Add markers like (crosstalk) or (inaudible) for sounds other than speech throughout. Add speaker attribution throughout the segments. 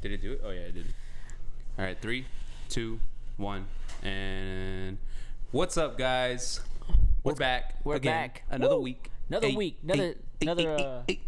Speaker 1: Did it do it? Oh yeah, it did. All right, three, two, one, and what's up, guys? We're
Speaker 2: What's-
Speaker 1: back.
Speaker 2: we're
Speaker 1: again.
Speaker 2: back.
Speaker 1: Another
Speaker 2: Woo!
Speaker 1: week.
Speaker 2: Another
Speaker 1: Eight,
Speaker 2: week. Another
Speaker 1: eight, eight,
Speaker 2: another
Speaker 1: eight, eight,
Speaker 2: uh,
Speaker 1: eight.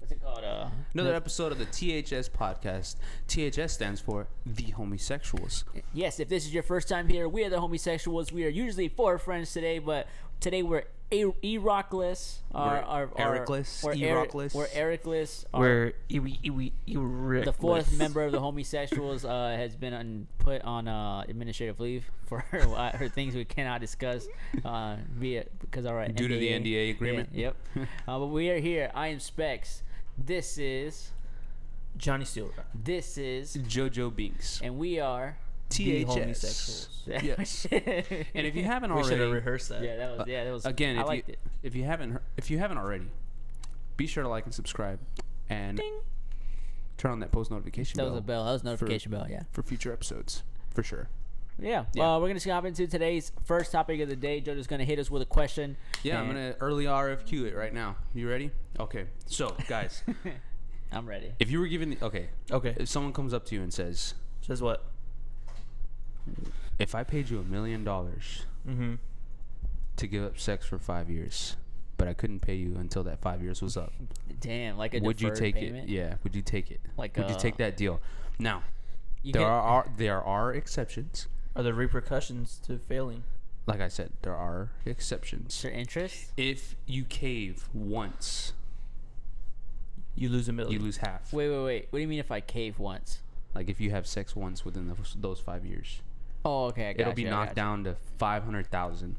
Speaker 2: what's it called? Uh,
Speaker 1: Another episode of the THS podcast. THS stands for the homosexuals.
Speaker 2: yes, if this is your first time here, we are the homosexuals. We are usually four friends today, but today we're a- Erockless. Our,
Speaker 1: We're
Speaker 2: our, our,
Speaker 1: Ericless,
Speaker 2: We're, Eric-
Speaker 1: Erocless.
Speaker 2: we're Ericless. Our-
Speaker 3: Where iwi iwi iwi
Speaker 2: the fourth member of the homosexuals uh, has been on, put on uh, administrative leave (laughs) for her, uh, her things we cannot discuss, uh, be it because our
Speaker 1: Due to the NDA
Speaker 2: Yeah,
Speaker 1: agreement.
Speaker 2: yep.
Speaker 1: (laughs)
Speaker 2: uh, but we are here. I am Specs. This is
Speaker 3: Johnny Stewart.
Speaker 2: this is,
Speaker 1: Jojo Binks.
Speaker 2: and we are.
Speaker 3: The
Speaker 1: THS.
Speaker 3: homosexuals.
Speaker 2: (laughs)
Speaker 1: Yes.
Speaker 2: and
Speaker 1: And if you haven't
Speaker 3: We should have
Speaker 1: already,
Speaker 3: rehearsed that.
Speaker 2: yeah, that was yeah, that was
Speaker 1: Uh, again,
Speaker 2: I
Speaker 1: if
Speaker 2: liked
Speaker 1: you,
Speaker 2: it.
Speaker 1: if you haven't, hear- if you haven't already, be sure to like and subscribe, and turn on that post notification
Speaker 2: That
Speaker 1: bell.
Speaker 2: was a bell. That was notification bell. Yeah.
Speaker 1: for future episodes, for sure.
Speaker 2: Yeah.
Speaker 1: Yeah.
Speaker 2: Well, we're gonna just hop into today's first topic of the day. Jojo's gonna hit us with a question.
Speaker 1: Yeah, I'm
Speaker 2: and
Speaker 1: gonna early RFQ it right now. You ready? Okay. So, (laughs) guys,
Speaker 2: I'm ready.
Speaker 1: if you were given, the, okay,
Speaker 3: Okay.
Speaker 1: if someone comes up to you and says,
Speaker 3: Says what?
Speaker 1: "If I paid you a million dollars
Speaker 3: Mm-hmm.
Speaker 1: to give up sex for five years, but I couldn't pay you until that five years was up,
Speaker 2: Damn, like a
Speaker 1: would you
Speaker 2: deferred
Speaker 1: take
Speaker 2: payment?
Speaker 1: it? Yeah, would you take it?
Speaker 2: Like,
Speaker 1: would you
Speaker 2: uh,
Speaker 1: take that deal? Now,
Speaker 2: You
Speaker 1: there
Speaker 2: can't-
Speaker 1: are, are there are exceptions.
Speaker 3: Are there repercussions to failing?
Speaker 1: Like I said, there are exceptions.
Speaker 2: your interest.
Speaker 1: If you cave once,
Speaker 3: You lose a million.
Speaker 1: you lose half.
Speaker 2: Wait, wait, wait. What do you mean if I cave once?
Speaker 1: Like if you have sex once within those, those five years.
Speaker 2: Oh, okay. I
Speaker 1: it'll
Speaker 2: gotcha,
Speaker 1: be
Speaker 2: I
Speaker 1: knocked
Speaker 2: gotcha.
Speaker 1: down to five hundred thousand.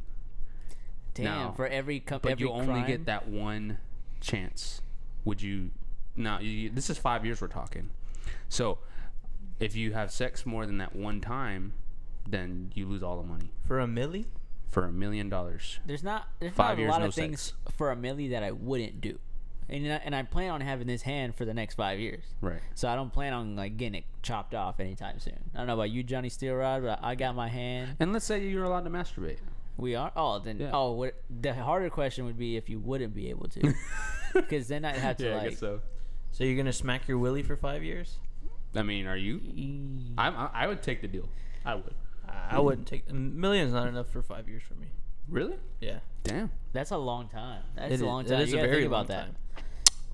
Speaker 2: Damn,
Speaker 1: now.
Speaker 2: for every com-
Speaker 1: But
Speaker 2: every
Speaker 1: you only
Speaker 2: crime?
Speaker 1: get that one chance. Would you? No, you, this is five years we're talking. So, if you have sex more than that one time, then you lose all the money
Speaker 3: For a milli?
Speaker 1: for a million dollars.
Speaker 2: There's not there's
Speaker 1: Five
Speaker 2: not a
Speaker 1: years,
Speaker 2: lot
Speaker 1: no
Speaker 2: of things
Speaker 1: sex.
Speaker 2: for a milli that I wouldn't do, and I, and I plan on having this hand for the next five years.
Speaker 1: Right.
Speaker 2: So I don't plan on like getting it chopped off anytime soon. I don't know about you, Johnny Steel Rod, but I got my hand.
Speaker 1: And let's say you're allowed to masturbate.
Speaker 2: We are. Oh, then.
Speaker 1: Yeah.
Speaker 2: Oh, what, the harder question would be if you wouldn't be able
Speaker 1: (laughs)
Speaker 2: to, because then I'd have to like.
Speaker 1: so.
Speaker 3: So you're gonna smack your willy for five years?
Speaker 1: I mean, are you? I'm, I I would take the deal. I would.
Speaker 3: I, I
Speaker 2: Mm-hmm.
Speaker 3: wouldn't take a million's not enough for five years for me.
Speaker 1: Really?
Speaker 3: Yeah.
Speaker 1: Damn.
Speaker 2: That's a long time. That's
Speaker 3: It is-
Speaker 2: a long
Speaker 3: it
Speaker 2: time.
Speaker 3: is
Speaker 2: you
Speaker 3: a
Speaker 2: gotta
Speaker 3: very
Speaker 2: think about
Speaker 3: long
Speaker 2: that.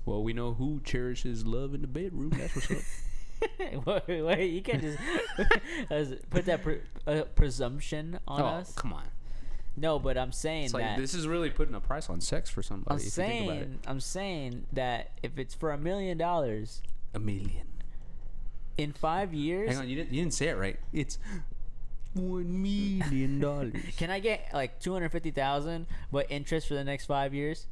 Speaker 1: Well, we know who cherishes love in the bedroom. That's what's up.
Speaker 2: (laughs) wait, wait, you can't just (laughs) as- put that pre- uh, presumption (laughs) on
Speaker 1: oh,
Speaker 2: us.
Speaker 1: come on.
Speaker 2: No, but I'm saying
Speaker 1: It's like
Speaker 2: that.
Speaker 1: this is really putting a price on sex for somebody.
Speaker 2: I'm
Speaker 1: if you think about it.
Speaker 2: saying, I'm saying that if it's for a million dollars
Speaker 1: a million.
Speaker 2: in five years,
Speaker 1: Hang on, you didn't you didn't say it right. It's one (laughs) million dollars.
Speaker 2: can I get like two hundred fifty thousand, but interest for the next five
Speaker 1: (laughs)
Speaker 2: years?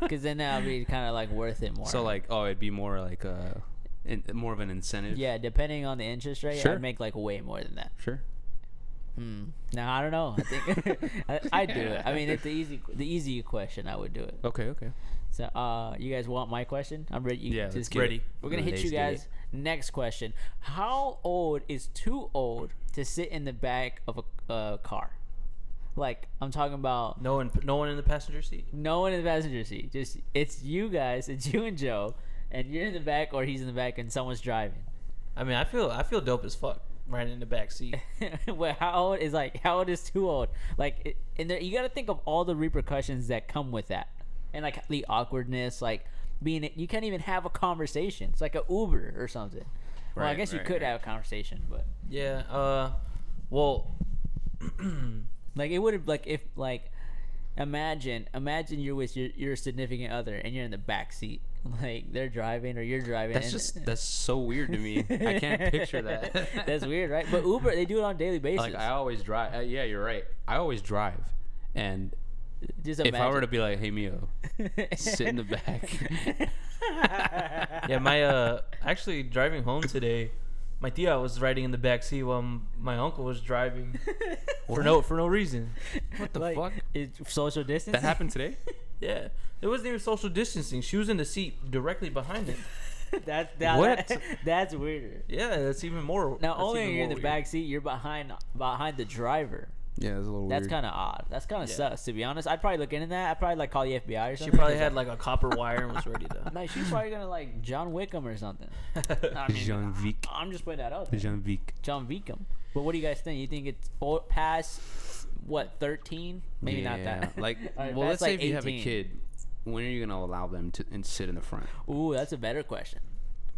Speaker 2: Because then that'll be kind of like worth it more.
Speaker 1: so like, oh, it'd be more like a, in, more of an incentive.
Speaker 2: yeah, depending on the interest rate,
Speaker 1: Sure.
Speaker 2: I'd make like way more than that.
Speaker 1: sure.
Speaker 2: Hmm. No, I don't know. I think (laughs) I, I'd do it. I mean, it's the easy, the easy question. I would do it.
Speaker 1: Okay, okay.
Speaker 2: So, uh, you guys want my question? I'm ready. You
Speaker 1: Yeah,
Speaker 2: just
Speaker 1: let's
Speaker 2: get-
Speaker 1: get it.
Speaker 2: We're gonna hit
Speaker 1: Let's
Speaker 2: you
Speaker 1: get
Speaker 2: guys. Next question: How old is too old to sit in the back of a uh, car? Like I'm talking about
Speaker 3: No one no one in the passenger seat?
Speaker 2: no one in the passenger seat. Just it's you guys. It's you and Joe, and you're in the back or he's in the back, and someone's driving. (laughs)
Speaker 3: I mean I feel I feel dope as fuck right in the
Speaker 2: (laughs)
Speaker 3: back seat.
Speaker 2: well, how old is like how old is too old? Like, it, and there, you got to think of all the repercussions that come with that, and like the awkwardness, like being you can't even have a conversation. It's like a Uber or something. well, I
Speaker 1: Right,
Speaker 2: guess you
Speaker 1: right,
Speaker 2: could
Speaker 1: right.
Speaker 2: have a conversation, but
Speaker 3: Yeah, uh well
Speaker 2: like it would have like if like imagine imagine you're with your your significant other and you're in the back seat, (laughs) like they're driving or you're driving.
Speaker 1: That's (laughs)
Speaker 2: and-
Speaker 1: just that's so weird to me. I can't picture (laughs) that.
Speaker 2: (laughs) That's weird, right? But Uber, they do it on a daily basis.
Speaker 1: like I always drive. Uh, yeah, you're right. I always drive, and
Speaker 2: just
Speaker 1: if
Speaker 2: imagine.
Speaker 1: I were to be like, hey Mio, sit in the (laughs)
Speaker 2: (laughs)
Speaker 1: back.
Speaker 3: yeah, my uh, actually driving home today, my tia was riding in the back seat while m- my uncle was driving for no for no reason.
Speaker 1: what the
Speaker 2: like,
Speaker 1: fuck?
Speaker 2: It's social distancing.
Speaker 1: That happened today.
Speaker 3: Yeah, it wasn't even social distancing. She was in the seat directly behind it.
Speaker 2: That's (laughs) that,
Speaker 1: What?
Speaker 2: that- that's weirder.
Speaker 3: Yeah, that's even more.
Speaker 2: Now
Speaker 3: that's
Speaker 2: only
Speaker 3: even
Speaker 2: you're in the
Speaker 3: more weird.
Speaker 2: back seat, you're behind behind the driver.
Speaker 1: Yeah, it's a little
Speaker 2: That's
Speaker 1: weird.
Speaker 2: kind of odd. That's kind of
Speaker 3: Yeah.
Speaker 2: sus, to be honest. I'd probably look into that. I'd probably like call the FBI or
Speaker 3: She
Speaker 2: something. (laughs)
Speaker 3: probably had like a copper wire and was ready to.
Speaker 2: No, she's probably gonna like John Wickham or
Speaker 1: (laughs)
Speaker 2: something. I mean,
Speaker 1: John Vic.
Speaker 2: I'm just putting that out. there.
Speaker 1: Jean Vic.
Speaker 2: John Wickham. But what do you guys think? You think it's o- past what 13? Maybe not that.
Speaker 1: Like,
Speaker 2: (laughs) All right,
Speaker 1: well, let's
Speaker 2: past,
Speaker 1: say
Speaker 2: like,
Speaker 1: if you have a
Speaker 2: 18.
Speaker 1: kid, when are you gonna allow them to and sit in the front?
Speaker 2: Ooh, that's a better question.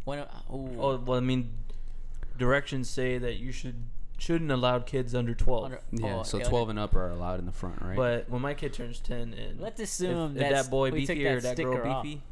Speaker 2: When? uh, Ooh,
Speaker 3: Oh (laughs) well, I mean, directions say that you should shouldn't allow kids under twelve.
Speaker 2: under-
Speaker 1: Yeah,
Speaker 2: oh,
Speaker 1: so
Speaker 2: okay, okay. (laughs)
Speaker 1: twelve and up are allowed in the front, right?
Speaker 3: But when my kid turns ten, and
Speaker 2: Let's
Speaker 3: if-
Speaker 2: assume
Speaker 3: if,
Speaker 2: that's-
Speaker 3: that boy
Speaker 2: we took
Speaker 3: beefy
Speaker 2: that
Speaker 3: or that girl
Speaker 2: sticker off.
Speaker 3: beefy,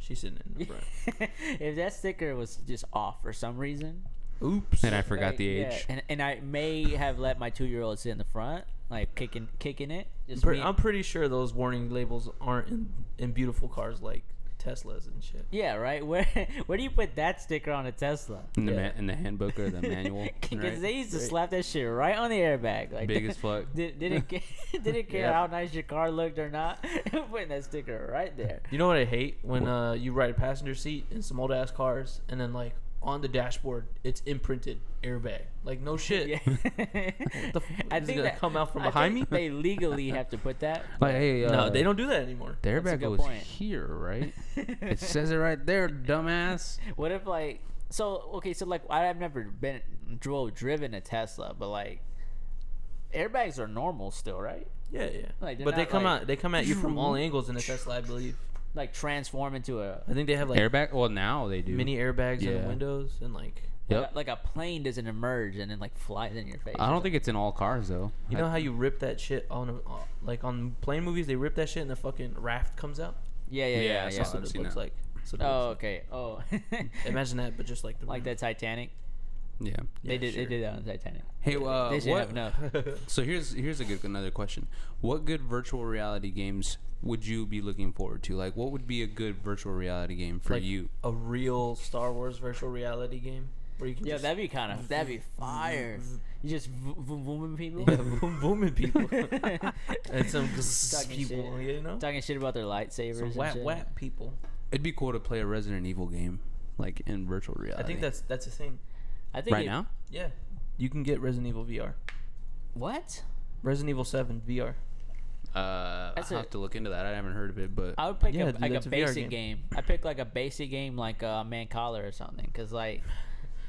Speaker 3: she's sitting
Speaker 2: (laughs)
Speaker 3: in the front.
Speaker 2: if that sticker was just off for some reason,
Speaker 3: Oops.
Speaker 1: and I forgot
Speaker 2: like,
Speaker 1: the
Speaker 2: yeah,
Speaker 1: age.
Speaker 2: and, and I may have let my two year old sit in the front, like kicking kicking it. Just
Speaker 3: Pre-
Speaker 2: me-
Speaker 3: I'm pretty sure those warning labels aren't in, in beautiful cars like Teslas and shit.
Speaker 2: yeah, right. (laughs) Where where do you put that sticker on a Tesla?
Speaker 1: In the,
Speaker 3: Yeah.
Speaker 1: ma- in the handbook or
Speaker 2: (laughs)
Speaker 1: the manual,
Speaker 2: Because
Speaker 1: right?
Speaker 2: (laughs) they used to
Speaker 3: Right.
Speaker 2: slap that shit right on the airbag. Like (laughs)
Speaker 1: Big as fuck.
Speaker 2: Did, didn't ca- (laughs) didn't care
Speaker 3: Yeah.
Speaker 2: how nice your car looked or not. (laughs) Putting that sticker right there.
Speaker 3: You know what I hate when uh, you ride a passenger seat in some old ass cars, and then like on the dashboard, it's imprinted airbag. Like no shit.
Speaker 2: Yeah.
Speaker 3: the
Speaker 2: (laughs)
Speaker 3: f- is it gonna come out from
Speaker 2: I
Speaker 3: behind
Speaker 2: think
Speaker 3: me?
Speaker 2: They legally have to put that.
Speaker 1: like, hey, uh,
Speaker 3: No, they don't do that anymore.
Speaker 1: The
Speaker 2: That's a
Speaker 1: airbag
Speaker 2: good
Speaker 1: goes
Speaker 2: point.
Speaker 1: here,
Speaker 2: (laughs)
Speaker 1: right? it says it right there, dumbass.
Speaker 2: What if like so? Okay, so like I- I've never been drove driven a Tesla, but like airbags are normal still, right?
Speaker 3: Yeah, yeah.
Speaker 2: Like, they're
Speaker 3: but they
Speaker 2: not,
Speaker 3: come
Speaker 2: like-
Speaker 3: out, they come at you from (laughs) all angles in a Tesla, I believe.
Speaker 2: Like transform into a
Speaker 3: I think they have like
Speaker 1: airbag? Well, now they do.
Speaker 3: mini airbags in
Speaker 1: Yeah.
Speaker 3: the windows and like.
Speaker 1: Yep.
Speaker 2: like, a, like a plane doesn't emerge and then like flies in your face.
Speaker 1: I don't think it's in all cars though.
Speaker 3: You
Speaker 1: I-
Speaker 3: know how you rip that shit on, a, uh, like on plane movies, they rip that shit and the fucking raft comes out.
Speaker 2: Yeah, yeah, yeah.
Speaker 1: Yeah,
Speaker 2: yeah,
Speaker 1: I saw
Speaker 3: That's
Speaker 1: I've
Speaker 3: what it
Speaker 1: seen
Speaker 3: looks
Speaker 1: that.
Speaker 3: like. So
Speaker 2: Oh, okay. Oh,
Speaker 3: imagine that, but just like
Speaker 2: (laughs)
Speaker 3: the
Speaker 2: like
Speaker 3: rim.
Speaker 2: the Titanic.
Speaker 1: yeah.
Speaker 2: they
Speaker 3: Yeah,
Speaker 2: did.
Speaker 3: sure.
Speaker 2: They did that on Titanic.
Speaker 1: Hey, uh,
Speaker 2: Oh. they should
Speaker 1: what?
Speaker 2: have
Speaker 3: (laughs)
Speaker 2: no.
Speaker 1: So here's here's a good another question. What good virtual reality games would you be looking forward to? Like, what would be a good virtual reality game for
Speaker 3: Like,
Speaker 1: you?
Speaker 3: a real Star Wars virtual reality game where you can
Speaker 2: Yeah,
Speaker 3: just
Speaker 2: that'd be kind of that'd be fire. You just v- v- woman people
Speaker 3: (laughs) boom booming people and some gzz
Speaker 2: Talking
Speaker 3: people,
Speaker 2: shit.
Speaker 3: you know,
Speaker 2: (laughs) talking shit about their lightsabers.
Speaker 3: some
Speaker 2: and
Speaker 3: whap
Speaker 2: shit.
Speaker 3: whap people.
Speaker 1: It'd be cool to play a Resident Evil game, like in virtual
Speaker 3: I
Speaker 1: reality.
Speaker 3: think that's that's a thing.
Speaker 2: I think
Speaker 1: right
Speaker 2: it-
Speaker 1: now.
Speaker 3: Yeah, you can get Resident Evil VR,
Speaker 2: What?
Speaker 3: Resident Evil Seven VR.
Speaker 1: Uh, I
Speaker 2: That's
Speaker 1: will
Speaker 2: a-
Speaker 1: have to look into that. I haven't heard of it, but
Speaker 2: I would pick
Speaker 3: Yeah,
Speaker 2: a,
Speaker 3: dude,
Speaker 2: like a
Speaker 3: that's a VR
Speaker 2: basic game.
Speaker 3: game.
Speaker 2: I pick like a basic game like uh, Man Collar or something, cause like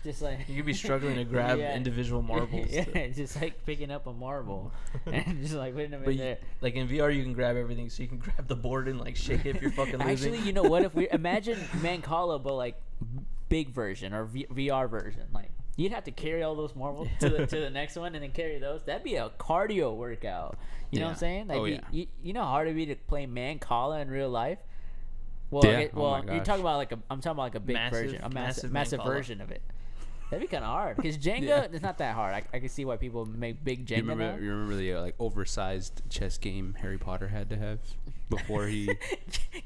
Speaker 2: just like
Speaker 3: (laughs) You could be struggling to grab
Speaker 2: Yeah. (laughs)
Speaker 3: individual marbles,
Speaker 2: yeah,
Speaker 3: to-
Speaker 2: just like picking up a
Speaker 3: (laughs)
Speaker 2: marble (laughs) and just like putting them
Speaker 3: but
Speaker 2: in
Speaker 3: you,
Speaker 2: there.
Speaker 3: like in VR you can grab everything, so you can (laughs) grab the board and like shake it if you're fucking losing.
Speaker 2: Actually, you know what? If we imagine Mancala, but like big version or v- VR version, like you'd have to carry all those marbles to the, to the
Speaker 1: (laughs)
Speaker 2: next one and then carry those. That'd be a cardio workout. You know what
Speaker 1: Yeah.
Speaker 2: I'm saying? Like
Speaker 1: Oh,
Speaker 2: you,
Speaker 1: yeah.
Speaker 2: you, you know how hard it'd be to play Mancala in real life. Well,
Speaker 1: Yeah.
Speaker 2: okay,
Speaker 1: Oh my
Speaker 2: well, you're
Speaker 1: gosh.
Speaker 2: talking about like a, I'm talking about like a big
Speaker 3: Massive-
Speaker 2: version, a massive,
Speaker 3: massive
Speaker 2: massive
Speaker 3: Mancala.
Speaker 2: version of it. That'd be kind of
Speaker 1: (laughs)
Speaker 2: hard because Jenga it's not that hard. I, I can see why people make big Jenga.
Speaker 1: you remember
Speaker 2: now.
Speaker 1: you remember the uh, like oversized chess game Harry Potter had to have before he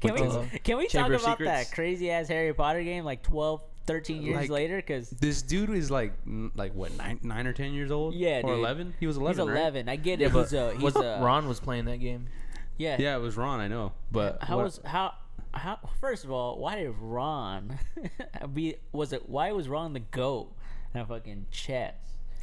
Speaker 2: can
Speaker 1: With
Speaker 2: we
Speaker 3: the
Speaker 2: can we talk
Speaker 3: Chamber of
Speaker 2: about that
Speaker 3: Secrets.
Speaker 2: crazy ass Harry Potter game like 12, 13 years
Speaker 1: Like,
Speaker 2: later? Because
Speaker 1: this dude is like n- like what nine nine or ten years old
Speaker 2: Yeah,
Speaker 1: or
Speaker 2: dude.
Speaker 1: eleven he was
Speaker 2: he's
Speaker 1: eleven right?
Speaker 2: eleven. I get it. he's a he's uh,
Speaker 3: was-
Speaker 2: a
Speaker 3: Ron was playing that game.
Speaker 2: Yeah.
Speaker 1: yeah it was Ron I know but
Speaker 2: How
Speaker 1: what-
Speaker 2: was how how? First of all, why did Ron (laughs) be? Was it why was Ron the goat? That fucking chess.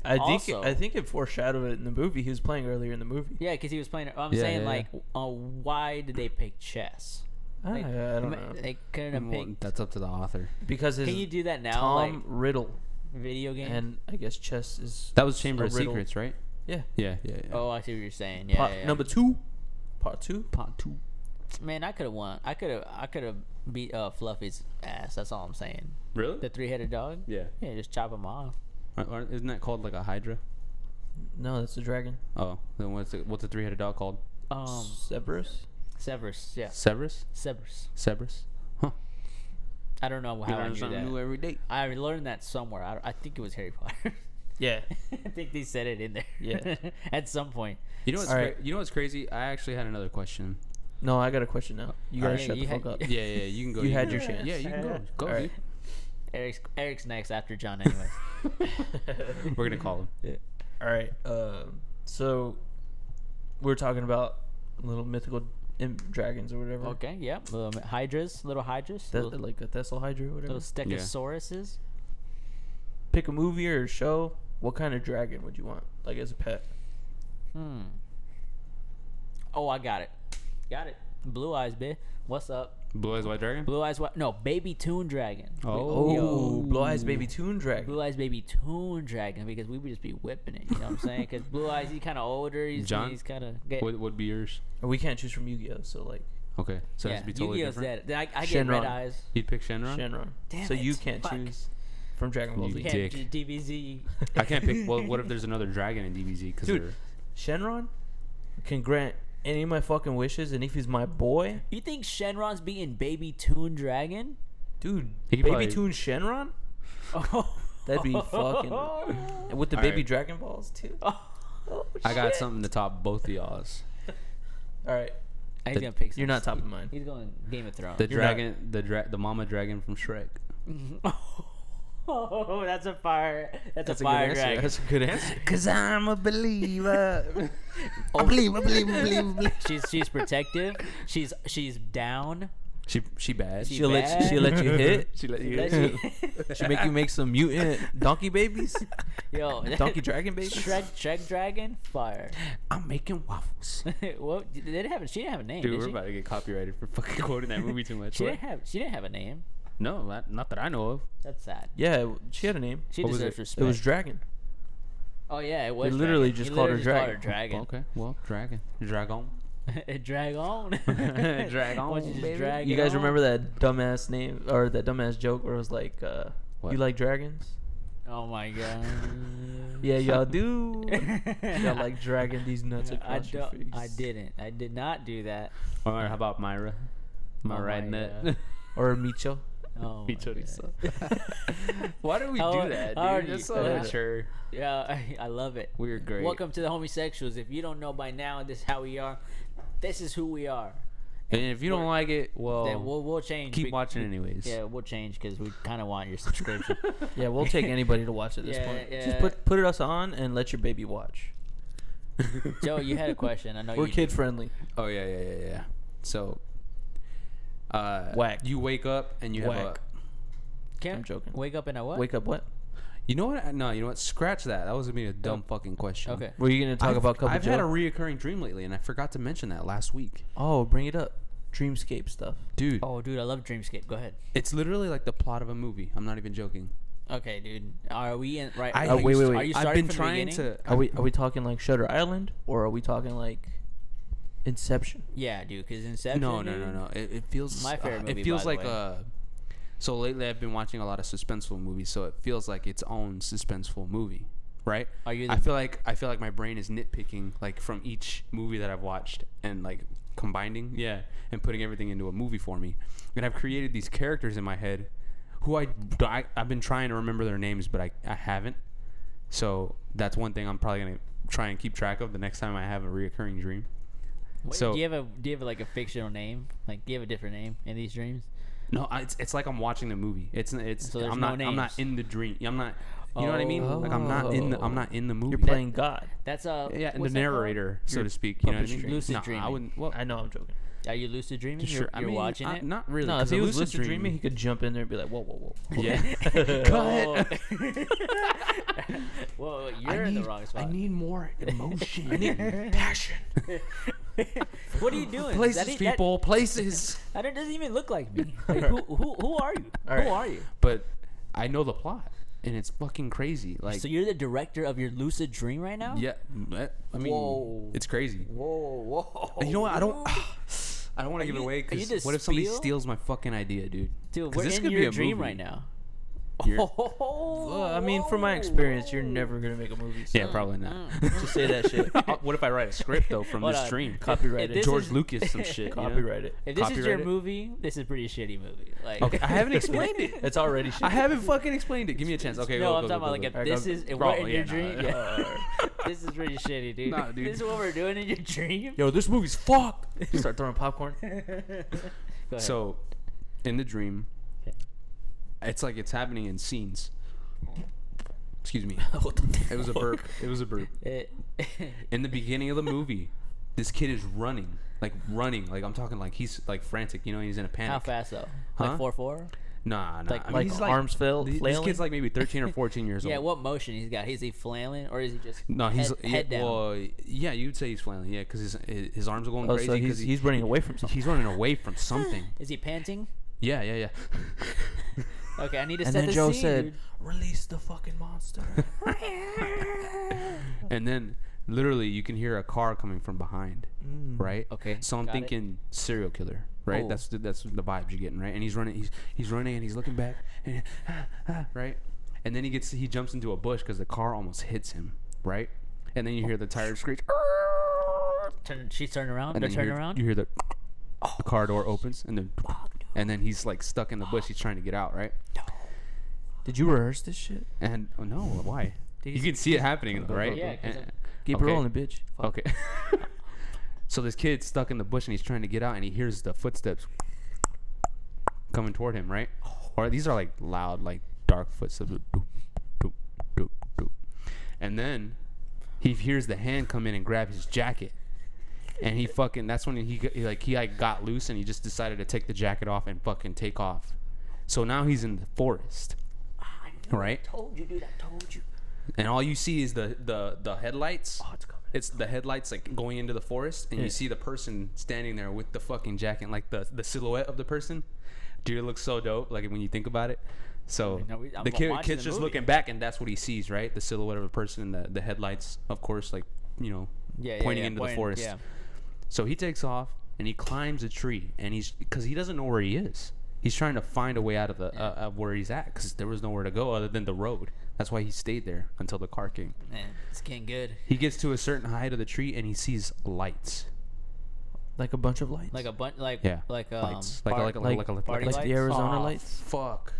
Speaker 3: I think
Speaker 2: Also-
Speaker 3: I think it foreshadowed it in the movie. He was playing earlier in the movie.
Speaker 2: Yeah, because he was playing. I'm
Speaker 1: Yeah,
Speaker 2: saying
Speaker 1: yeah,
Speaker 2: like, uh, why did they pick chess?
Speaker 3: I,
Speaker 2: Like,
Speaker 3: Uh, I don't know.
Speaker 2: They couldn't have
Speaker 1: Well,
Speaker 2: picked.
Speaker 1: that's up to the author
Speaker 3: because his
Speaker 2: Can you do uh, that now?
Speaker 3: Tom Riddle
Speaker 2: like video game.
Speaker 3: and I guess chess is
Speaker 1: that was Chamber
Speaker 3: a
Speaker 1: of
Speaker 3: riddle.
Speaker 1: Secrets right
Speaker 3: Yeah.
Speaker 1: yeah yeah yeah
Speaker 2: oh, I see what you're saying. Yeah,
Speaker 3: Part-
Speaker 2: yeah, yeah.
Speaker 3: Number two, part two.
Speaker 1: part two
Speaker 2: Man, I could have won. I could have. I could have beat uh, Fluffy's ass. That's all I'm saying.
Speaker 1: really
Speaker 2: The three-headed dog.
Speaker 1: yeah
Speaker 2: Yeah, just chop him off.
Speaker 1: Aren't- aren't- isn't that called like a Hydra
Speaker 3: No, that's the dragon.
Speaker 1: oh then what's it, what's a three headed dog called
Speaker 2: Um,
Speaker 3: Cerberus.
Speaker 2: Severus. Yeah,
Speaker 1: Severus
Speaker 2: Severus.
Speaker 1: Severus huh
Speaker 2: I don't know how I knew that.
Speaker 1: every day
Speaker 2: I learned that somewhere. I, I think it was Harry Potter. (laughs)
Speaker 3: Yeah.
Speaker 2: I think they said it in there.
Speaker 3: Yeah.
Speaker 2: (laughs) At some point.
Speaker 1: you know what's
Speaker 3: All
Speaker 1: cra-
Speaker 3: right.
Speaker 1: you know what's crazy I actually had another question
Speaker 3: No, I got a question now. You gotta
Speaker 2: Alright.
Speaker 3: shut
Speaker 2: Oh, You
Speaker 3: the fuck
Speaker 2: had- (laughs)
Speaker 3: up.
Speaker 1: yeah yeah, yeah you can go
Speaker 3: You had
Speaker 1: can
Speaker 3: your
Speaker 1: go.
Speaker 3: chance.
Speaker 1: yeah you can go go
Speaker 3: All right.
Speaker 2: Eric's Eric's next after John,
Speaker 3: (laughs)
Speaker 2: anyways.
Speaker 1: dude. we're gonna call him
Speaker 3: All right. Um, so we are talking about little mythical im- dragons or whatever.
Speaker 2: okay. Yep. Little mi- hydras. Little hydras.
Speaker 3: That,
Speaker 2: little,
Speaker 3: like a Thessal Hydra or whatever.
Speaker 2: little stegosauruses.
Speaker 3: Pick a movie or a show. What kind of dragon would you want? Like as a pet?
Speaker 2: Hmm. Oh, I got it. Got it. Blue eyes, bitch. What's up?
Speaker 1: Blue Eyes White Dragon.
Speaker 2: Blue eyes. What? No, baby Toon Dragon. We-
Speaker 1: Oh.
Speaker 3: Oh,
Speaker 2: yo,
Speaker 3: Blue Eyes Baby Toon Dragon.
Speaker 2: Blue eyes, baby Toon Dragon, because we would just be whipping it. You know what I'm saying? Because blue eyes, he's kind of older. He's,
Speaker 1: John?
Speaker 2: he's kind of. Get,
Speaker 1: What would be yours?
Speaker 3: We can't choose from Yu-Gi-Oh, so like
Speaker 1: Okay, so it
Speaker 2: yeah,
Speaker 1: has to be totally
Speaker 2: Yu-Gi-Oh's
Speaker 1: different.
Speaker 2: dead. I, I get red
Speaker 3: Shenron.
Speaker 2: eyes.
Speaker 1: You'd pick Shenron.
Speaker 3: Shenron.
Speaker 2: Damn
Speaker 3: so you
Speaker 2: it,
Speaker 3: can't
Speaker 2: fuck.
Speaker 3: choose from Dragon Ball
Speaker 1: You
Speaker 3: Z.
Speaker 1: can't.
Speaker 2: Yeah,
Speaker 1: dick.
Speaker 2: DBZ.
Speaker 1: (laughs) I can't pick. Well,
Speaker 3: (laughs)
Speaker 1: what if there's another dragon in DBZ? Because
Speaker 3: Dude. Shenron can grant any of my fucking wishes, and if he's my boy,
Speaker 2: You think Shenron's being baby Toon Dragon? (laughs)
Speaker 3: dude,
Speaker 1: He could
Speaker 3: Baby
Speaker 1: probably-
Speaker 3: Toon Shenron,
Speaker 2: Oh.
Speaker 1: (laughs)
Speaker 3: that'd be fucking and with the
Speaker 1: All
Speaker 3: baby
Speaker 1: right.
Speaker 3: Dragon Balls too. All
Speaker 2: Oh,
Speaker 1: I got something to top both of y'all's.
Speaker 3: right,
Speaker 2: He's
Speaker 1: The-
Speaker 2: gonna pick.
Speaker 3: you're not
Speaker 2: something.
Speaker 3: topping mine.
Speaker 2: He's going Game of Thrones.
Speaker 1: The
Speaker 3: You're not-
Speaker 1: dragon, the dra- the mama dragon from Shrek.
Speaker 2: (laughs) oh, that's a fire. That's,
Speaker 3: That's
Speaker 2: a
Speaker 3: a good
Speaker 2: fire
Speaker 3: answer.
Speaker 2: dragon.
Speaker 3: That's a good answer.
Speaker 4: Cause I'm a
Speaker 1: (laughs)
Speaker 4: believer. I believe, I believe, I believe, I believe.
Speaker 2: she's she's protective. She's she's down.
Speaker 1: She she bad.
Speaker 2: She
Speaker 3: She'll let you, she'll
Speaker 2: bad.
Speaker 3: (laughs)
Speaker 1: (laughs)
Speaker 3: let
Speaker 2: (laughs)
Speaker 3: you hit.
Speaker 1: She let you.
Speaker 2: That
Speaker 1: (laughs)
Speaker 3: (laughs)
Speaker 2: she-
Speaker 3: She'll make you make some mutant donkey
Speaker 2: (laughs)
Speaker 3: babies,
Speaker 2: Yo,
Speaker 3: (laughs) donkey dragon
Speaker 2: (laughs)
Speaker 3: babies.
Speaker 2: Shrek, Shrek Dragon, fire. (laughs)
Speaker 1: I'm making waffles.
Speaker 2: well, they didn't have. a- She didn't have a (laughs) name.
Speaker 1: Dude,
Speaker 2: did
Speaker 1: we're
Speaker 2: she?
Speaker 1: about to get copyrighted for fucking quoting that movie too much.
Speaker 2: she
Speaker 1: What?
Speaker 2: didn't have. She didn't have a name.
Speaker 1: No, not, not that I know of.
Speaker 2: That's sad.
Speaker 3: Yeah, it- she had a name.
Speaker 2: She
Speaker 1: What was
Speaker 2: deserves
Speaker 1: it? It
Speaker 2: respect.
Speaker 3: It was Dragon.
Speaker 2: oh yeah, it was.
Speaker 3: literally
Speaker 2: dragon.
Speaker 3: just
Speaker 2: He
Speaker 3: called her
Speaker 2: literally just Called her
Speaker 1: Okay, well, dragon, dragon.
Speaker 2: dragon. (laughs) drag
Speaker 3: (laughs)
Speaker 2: on.
Speaker 1: Drag
Speaker 2: Why don't you
Speaker 1: on,
Speaker 2: just
Speaker 1: baby.
Speaker 2: drag
Speaker 3: You
Speaker 2: it
Speaker 3: guys
Speaker 2: on?
Speaker 3: remember that dumbass name or that dumbass joke where it was like, uh,
Speaker 1: What?
Speaker 3: "You like dragons?
Speaker 2: (laughs) Oh
Speaker 3: (laughs)
Speaker 2: my god.
Speaker 3: Yeah,
Speaker 2: (laughs)
Speaker 3: y'all do. y'all
Speaker 2: I- (laughs)
Speaker 3: like dragging these nuts
Speaker 2: I
Speaker 3: across your face."
Speaker 2: don't. I didn't. I did not do
Speaker 3: (laughs)
Speaker 2: that.
Speaker 1: All right, how about Myra?
Speaker 2: my
Speaker 1: Myra oh
Speaker 2: God.
Speaker 1: (laughs) net.
Speaker 3: Or
Speaker 2: (laughs)
Speaker 3: Micho.
Speaker 2: Oh, my (laughs) God.
Speaker 1: (laughs) Why do we
Speaker 2: How-
Speaker 1: do that,
Speaker 2: how
Speaker 1: dude?
Speaker 2: do
Speaker 1: That's
Speaker 2: you
Speaker 1: so
Speaker 2: feel?
Speaker 1: immature.
Speaker 2: Yeah, (laughs) I, I love it.
Speaker 1: We're great.
Speaker 2: Welcome to the homosexuals. If you don't know by now, this is how we are. This is who we are.
Speaker 1: And if you don't
Speaker 2: We're-
Speaker 1: like it, well,
Speaker 2: Then we'll, we'll change.
Speaker 1: Oh. keep
Speaker 2: Be-
Speaker 1: watching anyways.
Speaker 2: Yeah, we'll change because we kind of want your
Speaker 1: (laughs)
Speaker 2: subscription.
Speaker 3: Yeah, we'll take anybody to watch at this
Speaker 2: Yeah,
Speaker 3: point.
Speaker 2: yeah.
Speaker 3: Just put put us on and let your baby watch.
Speaker 1: (laughs)
Speaker 2: Joe, you had a question. I know
Speaker 3: We're
Speaker 2: you.
Speaker 3: kid friendly.
Speaker 1: Oh yeah, yeah, yeah, yeah. So, uh,
Speaker 3: Whack.
Speaker 1: You wake up and you have
Speaker 3: Whack.
Speaker 1: a.
Speaker 2: Can't
Speaker 3: I'm joking.
Speaker 2: Wake up in a what?
Speaker 3: Wake up! What
Speaker 1: You know what? No, you know what? Scratch that. That was gonna be a dumb fucking question.
Speaker 2: Okay.
Speaker 3: were you gonna talk
Speaker 1: I've,
Speaker 3: about? a Couple
Speaker 1: I've had a
Speaker 3: joke-
Speaker 1: reoccurring dream lately, and I forgot to mention that last week,
Speaker 3: oh, bring it up. Dreamscape stuff.
Speaker 1: dude.
Speaker 2: Oh, dude, I love Dreamscape. Go ahead.
Speaker 1: It's literally like the plot of a movie. I'm not even joking.
Speaker 2: Okay, dude. Are we in? Right.
Speaker 1: I
Speaker 2: are
Speaker 3: Oh, wait,
Speaker 2: you-
Speaker 3: wait, wait.
Speaker 2: Are you
Speaker 1: I've
Speaker 2: starting
Speaker 1: been
Speaker 2: from
Speaker 1: trying
Speaker 2: the beginning?
Speaker 1: to.
Speaker 3: Are we are we talking like Shutter Island or are we talking like Inception?
Speaker 2: Yeah, dude. Because Inception.
Speaker 1: No, no, no,
Speaker 2: dude.
Speaker 1: no. It, it feels.
Speaker 2: My favorite
Speaker 1: uh,
Speaker 2: movie,
Speaker 1: It feels
Speaker 2: by the
Speaker 1: like
Speaker 2: way.
Speaker 1: uh So lately, I've been watching a lot of suspenseful movies, so it feels like its own suspenseful movie, right?
Speaker 2: Are you
Speaker 1: I
Speaker 2: the-
Speaker 1: feel like I feel like my brain is nitpicking like from each movie that I've watched and like combining, yeah, and putting everything into a movie for me. And I've created these characters in my head, who I, I I've been trying to remember their names, but I I haven't. So that's one thing I'm probably gonna try and keep track of the next time I have a reoccurring dream.
Speaker 2: What-
Speaker 1: so-
Speaker 2: do you have a do you have like a fictional name? Like, do you have a different name in these dreams?
Speaker 1: No, I- it's it's like I'm watching the movie. It's it's
Speaker 2: So there's
Speaker 1: I'm
Speaker 2: no
Speaker 1: not I'm not
Speaker 2: names.
Speaker 1: in the dream. I'm not. You know what I mean? Like I'm not in the I'm not in the movie.
Speaker 3: You're playing God.
Speaker 2: That's a
Speaker 1: yeah, and the
Speaker 2: what's that called?
Speaker 1: narrator, so
Speaker 3: You're
Speaker 1: to speak. You know what I
Speaker 3: puppet
Speaker 1: mean?
Speaker 3: string.
Speaker 2: Lucid
Speaker 1: no, I
Speaker 2: dreaming.
Speaker 1: wouldn't. Well,
Speaker 3: I know I'm joking.
Speaker 2: Are you lucid dreaming?
Speaker 1: sure.
Speaker 2: You're,
Speaker 1: I
Speaker 2: you're
Speaker 1: mean,
Speaker 2: watching
Speaker 1: I-
Speaker 2: it.
Speaker 1: Not really.
Speaker 3: No, if
Speaker 1: 'cause a
Speaker 3: he was
Speaker 1: lucid
Speaker 3: lucid
Speaker 1: dream-
Speaker 3: dreaming, he could jump in there and be like, whoa, whoa, whoa.
Speaker 2: (laughs)
Speaker 3: whoa.
Speaker 1: Yeah. Cut.
Speaker 2: Whoa, you're
Speaker 1: I
Speaker 2: in
Speaker 1: need,
Speaker 2: the wrong spot.
Speaker 1: I need more emotion. I
Speaker 3: need
Speaker 1: passion.
Speaker 2: (laughs)
Speaker 1: (laughs)
Speaker 2: what are you doing?
Speaker 1: Places,
Speaker 2: That ain't- that-
Speaker 1: people, places.
Speaker 2: That, doesn't even look like
Speaker 1: (laughs)
Speaker 2: me. Like, who, who, who are you?
Speaker 3: Alright.
Speaker 2: Who are you?
Speaker 1: But I know the plot, and it's fucking crazy. Like,
Speaker 2: So you're the director of your lucid dream right now?
Speaker 1: yeah, that- I mean,
Speaker 2: Whoa.
Speaker 1: it's crazy.
Speaker 2: Whoa, whoa.
Speaker 1: You know what? I don't. (sighs) I don't want to give it
Speaker 2: you-
Speaker 1: away
Speaker 2: are you
Speaker 1: because
Speaker 2: the
Speaker 1: what if somebody
Speaker 2: spiel?
Speaker 1: steals my fucking idea, dude?
Speaker 2: Dude,
Speaker 1: 'Cause
Speaker 2: we're
Speaker 1: this
Speaker 2: in
Speaker 1: could be
Speaker 2: your
Speaker 1: a
Speaker 2: dream
Speaker 1: movie.
Speaker 2: right now.
Speaker 1: (laughs)
Speaker 2: Oh.
Speaker 1: You're-
Speaker 3: Well, I mean, from my
Speaker 2: (laughs)
Speaker 3: experience, you're never gonna make a movie. So
Speaker 2: Mm,
Speaker 1: yeah, probably not. (laughs)
Speaker 3: Just say that shit.
Speaker 1: Uh, what if I write a script though from
Speaker 2: (laughs) Hold
Speaker 1: this
Speaker 2: on.
Speaker 1: dream?
Speaker 2: If
Speaker 3: Copyright
Speaker 2: this
Speaker 3: it.
Speaker 1: George
Speaker 2: is-
Speaker 1: Lucas,
Speaker 2: (laughs)
Speaker 1: some shit. you know?
Speaker 3: Copyright it.
Speaker 2: If this is your
Speaker 1: Copyrighted.
Speaker 2: movie, this is a pretty shitty movie. Like,
Speaker 1: Okay, I
Speaker 2: (laughs)
Speaker 1: haven't explained it.
Speaker 3: It's already shit.
Speaker 1: I haven't fucking explained it. Give me a chance. Okay,
Speaker 2: no,
Speaker 1: go,
Speaker 2: I'm
Speaker 1: go,
Speaker 2: talking
Speaker 1: go,
Speaker 2: about
Speaker 1: go,
Speaker 2: like
Speaker 1: go.
Speaker 2: if this is if we're
Speaker 1: Probably,
Speaker 2: in
Speaker 1: yeah,
Speaker 2: your
Speaker 1: nah,
Speaker 2: dream.
Speaker 1: yeah. (laughs)
Speaker 2: yeah. (laughs) this is pretty shitty, dude.
Speaker 1: Nah, dude.
Speaker 2: (laughs) This is what we're doing in your dream. (laughs)
Speaker 3: Yo, this movie's fucked. You start throwing popcorn.
Speaker 2: Go ahead.
Speaker 1: So, in the dream,
Speaker 2: Okay.
Speaker 1: it's like it's happening in scenes. Excuse me.
Speaker 3: What the
Speaker 1: It
Speaker 2: (laughs)
Speaker 1: was a burp. It was a burp.
Speaker 2: It- (laughs)
Speaker 1: In the beginning of the movie, this kid is running, like running, like I'm talking like he's like frantic. You know, he's in a panic.
Speaker 2: how fast though?
Speaker 1: Huh?
Speaker 2: Like four four?
Speaker 1: Nah, nah.
Speaker 2: Like-
Speaker 1: I mean,
Speaker 3: like
Speaker 1: he's
Speaker 3: arms flail,
Speaker 1: th- This
Speaker 3: flailing.
Speaker 1: kid's like maybe 13 or 14 years
Speaker 2: (laughs) Yeah,
Speaker 1: old.
Speaker 2: what motion he's got? Is he flailing or is he just
Speaker 1: No, he's
Speaker 2: head,
Speaker 1: yeah,
Speaker 2: head down?
Speaker 1: Well, yeah, you'd say he's flailing. Yeah, because his, his his arms are going
Speaker 3: oh,
Speaker 1: crazy.
Speaker 3: so
Speaker 1: 'cause
Speaker 3: he's,
Speaker 1: he-
Speaker 3: he's running away from something.
Speaker 1: he's running away from
Speaker 2: (gasps)
Speaker 1: something.
Speaker 2: is he panting?
Speaker 1: Yeah, yeah, yeah. (laughs)
Speaker 2: Okay, I need to
Speaker 3: And
Speaker 2: set
Speaker 3: then
Speaker 2: the
Speaker 3: Joe
Speaker 2: scene,
Speaker 3: said,
Speaker 2: dude.
Speaker 3: "Release the fucking monster."
Speaker 1: (laughs) and then literally you can hear a car coming from behind, right?
Speaker 2: Okay,
Speaker 1: So I'm
Speaker 2: got it.
Speaker 1: thinking serial killer, right?
Speaker 2: Oh.
Speaker 1: That's the, that's the vibes you're getting, right? And he's running, he's he's running, and he's looking back, and, ah, right? And then he gets he jumps into a bush because the car almost hits him, right? And then you hear the tires screech,
Speaker 2: Turn, she's turning around.
Speaker 1: and
Speaker 2: They're
Speaker 1: then you
Speaker 2: turning
Speaker 1: hear,
Speaker 2: around.
Speaker 1: you hear the, the car door opens, and then and then he's like stuck in the bush. He's trying to get out, right?
Speaker 3: (laughs) Did you rehearse this shit?
Speaker 1: And oh no, why?
Speaker 2: Did
Speaker 1: You
Speaker 2: he-
Speaker 1: can see it happening, though, right?
Speaker 2: Yeah, 'cause I'm-
Speaker 3: Keep
Speaker 1: Okay.
Speaker 3: rolling, bitch. Fuck.
Speaker 1: Okay. (laughs) so this kid's stuck in the bush and he's trying to get out and he hears the footsteps coming toward him, right? Or these are like loud, like dark footsteps. Doop, doop, doop, doop. And then he hears the hand come in and grab his jacket. And he fucking that's when he, g- like he like got loose and he just decided to take the jacket off and fucking take off. So now he's in the forest.
Speaker 2: Ah,
Speaker 1: Right?
Speaker 2: told you, dude. I told you.
Speaker 1: And all you see is the the the headlights
Speaker 3: Oh, it's coming.
Speaker 1: it's the headlights like going into the forest and you see the person standing there with the fucking jacket like the the silhouette of the person dude it looks so dope like when you think about it so
Speaker 2: no, we- I'm
Speaker 1: the
Speaker 2: wa-
Speaker 1: kid,
Speaker 2: watching
Speaker 1: kid's
Speaker 2: the
Speaker 1: just
Speaker 2: movie.
Speaker 1: looking back and that's what he sees right the silhouette of a person and the, the headlights of course like you know
Speaker 2: Yeah, yeah,
Speaker 1: pointing
Speaker 2: yeah,
Speaker 1: into
Speaker 2: pointing-
Speaker 1: the forest
Speaker 2: yeah.
Speaker 1: so he takes off and he climbs a tree and he's because he doesn't know where he is he's trying to find a way out of the uh, of where he's at because there was nowhere to go other than the road that's why he stayed there until the car came
Speaker 2: Man, it's getting good.
Speaker 1: he gets to a certain height of the tree and he sees lights.
Speaker 3: Like a bunch of lights.
Speaker 2: Like a bunch, like
Speaker 1: Yeah.
Speaker 2: like um,
Speaker 1: lights. Like
Speaker 3: par-
Speaker 1: like
Speaker 3: like
Speaker 1: like like, like,
Speaker 2: party
Speaker 1: like,
Speaker 3: like
Speaker 2: lights?
Speaker 3: the Arizona
Speaker 2: Aw,
Speaker 3: lights.
Speaker 1: fuck.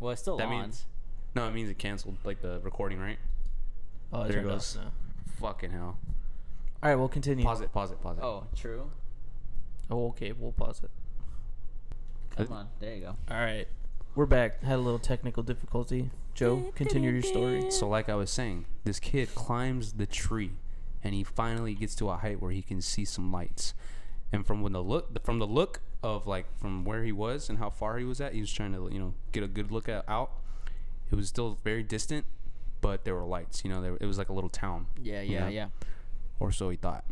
Speaker 2: well, it's still
Speaker 1: That
Speaker 2: on.
Speaker 1: means no, it means it canceled like the recording, right?
Speaker 3: Oh,
Speaker 1: there
Speaker 3: turned
Speaker 1: it
Speaker 3: off
Speaker 1: goes.
Speaker 3: now.
Speaker 1: Fucking hell.
Speaker 3: All right, we'll continue.
Speaker 1: Pause it. Pause it. Pause it.
Speaker 2: Oh, true.
Speaker 3: Oh, okay, we'll pause it.
Speaker 1: Uh,
Speaker 2: Come on, there you go.
Speaker 3: All right, we're back. Had a little technical difficulty. Joe, continue your story.
Speaker 1: So like I was saying, this kid climbs the tree, and he finally gets to a height where he can see some lights. And from when the look, from the look of like from where he was and how far he was at, he was trying to you know get a good look at out. It was still very distant, but there were lights. You know, there, it was like a little town.
Speaker 2: Yeah,
Speaker 1: you
Speaker 2: yeah,
Speaker 1: know?
Speaker 2: yeah.
Speaker 1: or so he thought.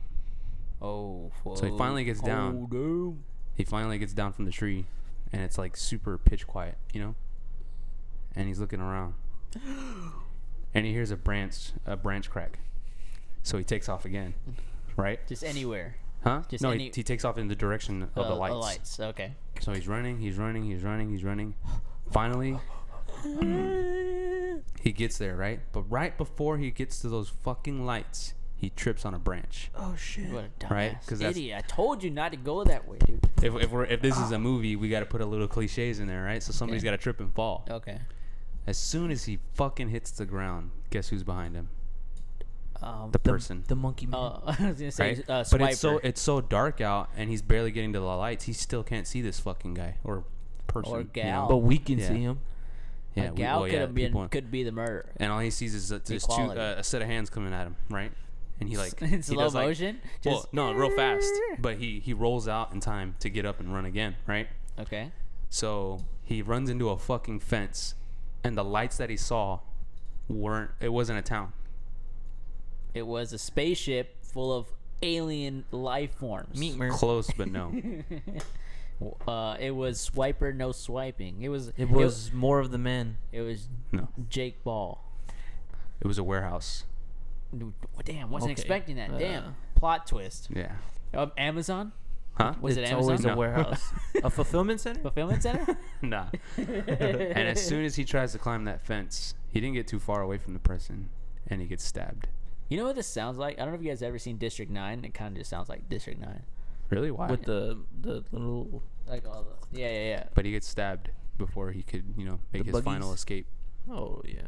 Speaker 2: Oh,
Speaker 1: So he
Speaker 2: whoa.
Speaker 1: finally gets down.
Speaker 2: Oh, damn.
Speaker 1: He finally gets down from the tree, and it's like super pitch quiet, you know. And he's looking
Speaker 2: (gasps)
Speaker 1: around, and he hears a branch, a branch crack. So he takes off again, right?
Speaker 2: Just anywhere.
Speaker 1: Huh?
Speaker 2: Just
Speaker 1: no,
Speaker 2: any-
Speaker 1: he, he takes off in the direction of Oh, the
Speaker 2: Uh,
Speaker 1: lights.
Speaker 2: lights. Okay.
Speaker 1: So he's running, he's running, he's running, he's running. Finally,
Speaker 2: Mm.
Speaker 1: he gets there, right? But right before he gets to those fucking lights, he trips on a branch.
Speaker 3: Oh shit.
Speaker 2: What a dumbass
Speaker 1: Right? 'Cause that's-
Speaker 2: idiot! I told you not to go that way, dude.
Speaker 1: If, if we're if this is a movie, we got to put a little cliches in there, right? So somebody's
Speaker 2: Okay. Oh,
Speaker 1: got to trip and fall.
Speaker 2: Okay.
Speaker 1: As soon as he fucking hits the ground, guess who's behind him?
Speaker 2: Um. (laughs)
Speaker 1: The
Speaker 3: The,
Speaker 1: person.
Speaker 3: the monkey man.
Speaker 2: uh, (laughs) I was gonna say,
Speaker 1: right?
Speaker 2: uh,
Speaker 1: but it's so
Speaker 2: swiper
Speaker 1: it's so dark out, and he's barely getting to the lights. He still can't see this fucking guy or person.
Speaker 2: Or
Speaker 1: you know?
Speaker 2: gal.
Speaker 3: but we can
Speaker 1: yeah.
Speaker 3: see him.
Speaker 1: Yeah,
Speaker 2: a
Speaker 1: we-
Speaker 2: gal
Speaker 1: well,
Speaker 2: could
Speaker 1: yeah,
Speaker 2: have been
Speaker 1: people-
Speaker 2: could be the murderer.
Speaker 1: and all he sees is a, just two,
Speaker 2: Equality.
Speaker 1: uh, a set of hands coming at him, right? And he like
Speaker 2: (laughs) in
Speaker 1: he
Speaker 2: slow
Speaker 1: does, like-
Speaker 2: motion.
Speaker 1: well,
Speaker 2: Just-
Speaker 1: no, real
Speaker 2: (laughs)
Speaker 1: fast. But he he rolls out in time to get up and run again, right?
Speaker 2: Okay.
Speaker 1: So he runs into a fucking fence, and the lights that he saw weren't. It wasn't a town.
Speaker 2: It was a spaceship full of alien life forms.
Speaker 3: Meat man.
Speaker 1: Close, but
Speaker 2: (laughs)
Speaker 1: no.
Speaker 2: Uh, it was swiper, no swiping. It was.
Speaker 3: It was more of the men.
Speaker 2: It, was
Speaker 1: no.
Speaker 2: Jake Ball.
Speaker 1: It was a warehouse.
Speaker 2: Dude, Damn, wasn't
Speaker 3: Okay.
Speaker 2: expecting that.
Speaker 3: Uh.
Speaker 2: Damn, plot twist.
Speaker 1: Yeah.
Speaker 2: Um, Amazon
Speaker 1: Huh?
Speaker 2: was
Speaker 3: it's
Speaker 2: it Amazon?
Speaker 3: always
Speaker 1: No.
Speaker 3: a warehouse, a fulfillment center.
Speaker 2: fulfillment (laughs) center?
Speaker 1: (laughs) Nah. and as soon as he tries to climb that fence, he didn't get too far away from the person, and he gets stabbed.
Speaker 2: you know what this sounds like? I don't know if you guys ever seen District Nine. It kind of just sounds like District Nine.
Speaker 1: Really? Why?
Speaker 3: with the the little
Speaker 2: Like all the yeah yeah yeah.
Speaker 1: but he gets stabbed before he could, you know, make his final
Speaker 3: buggies?
Speaker 1: escape.
Speaker 3: oh yeah,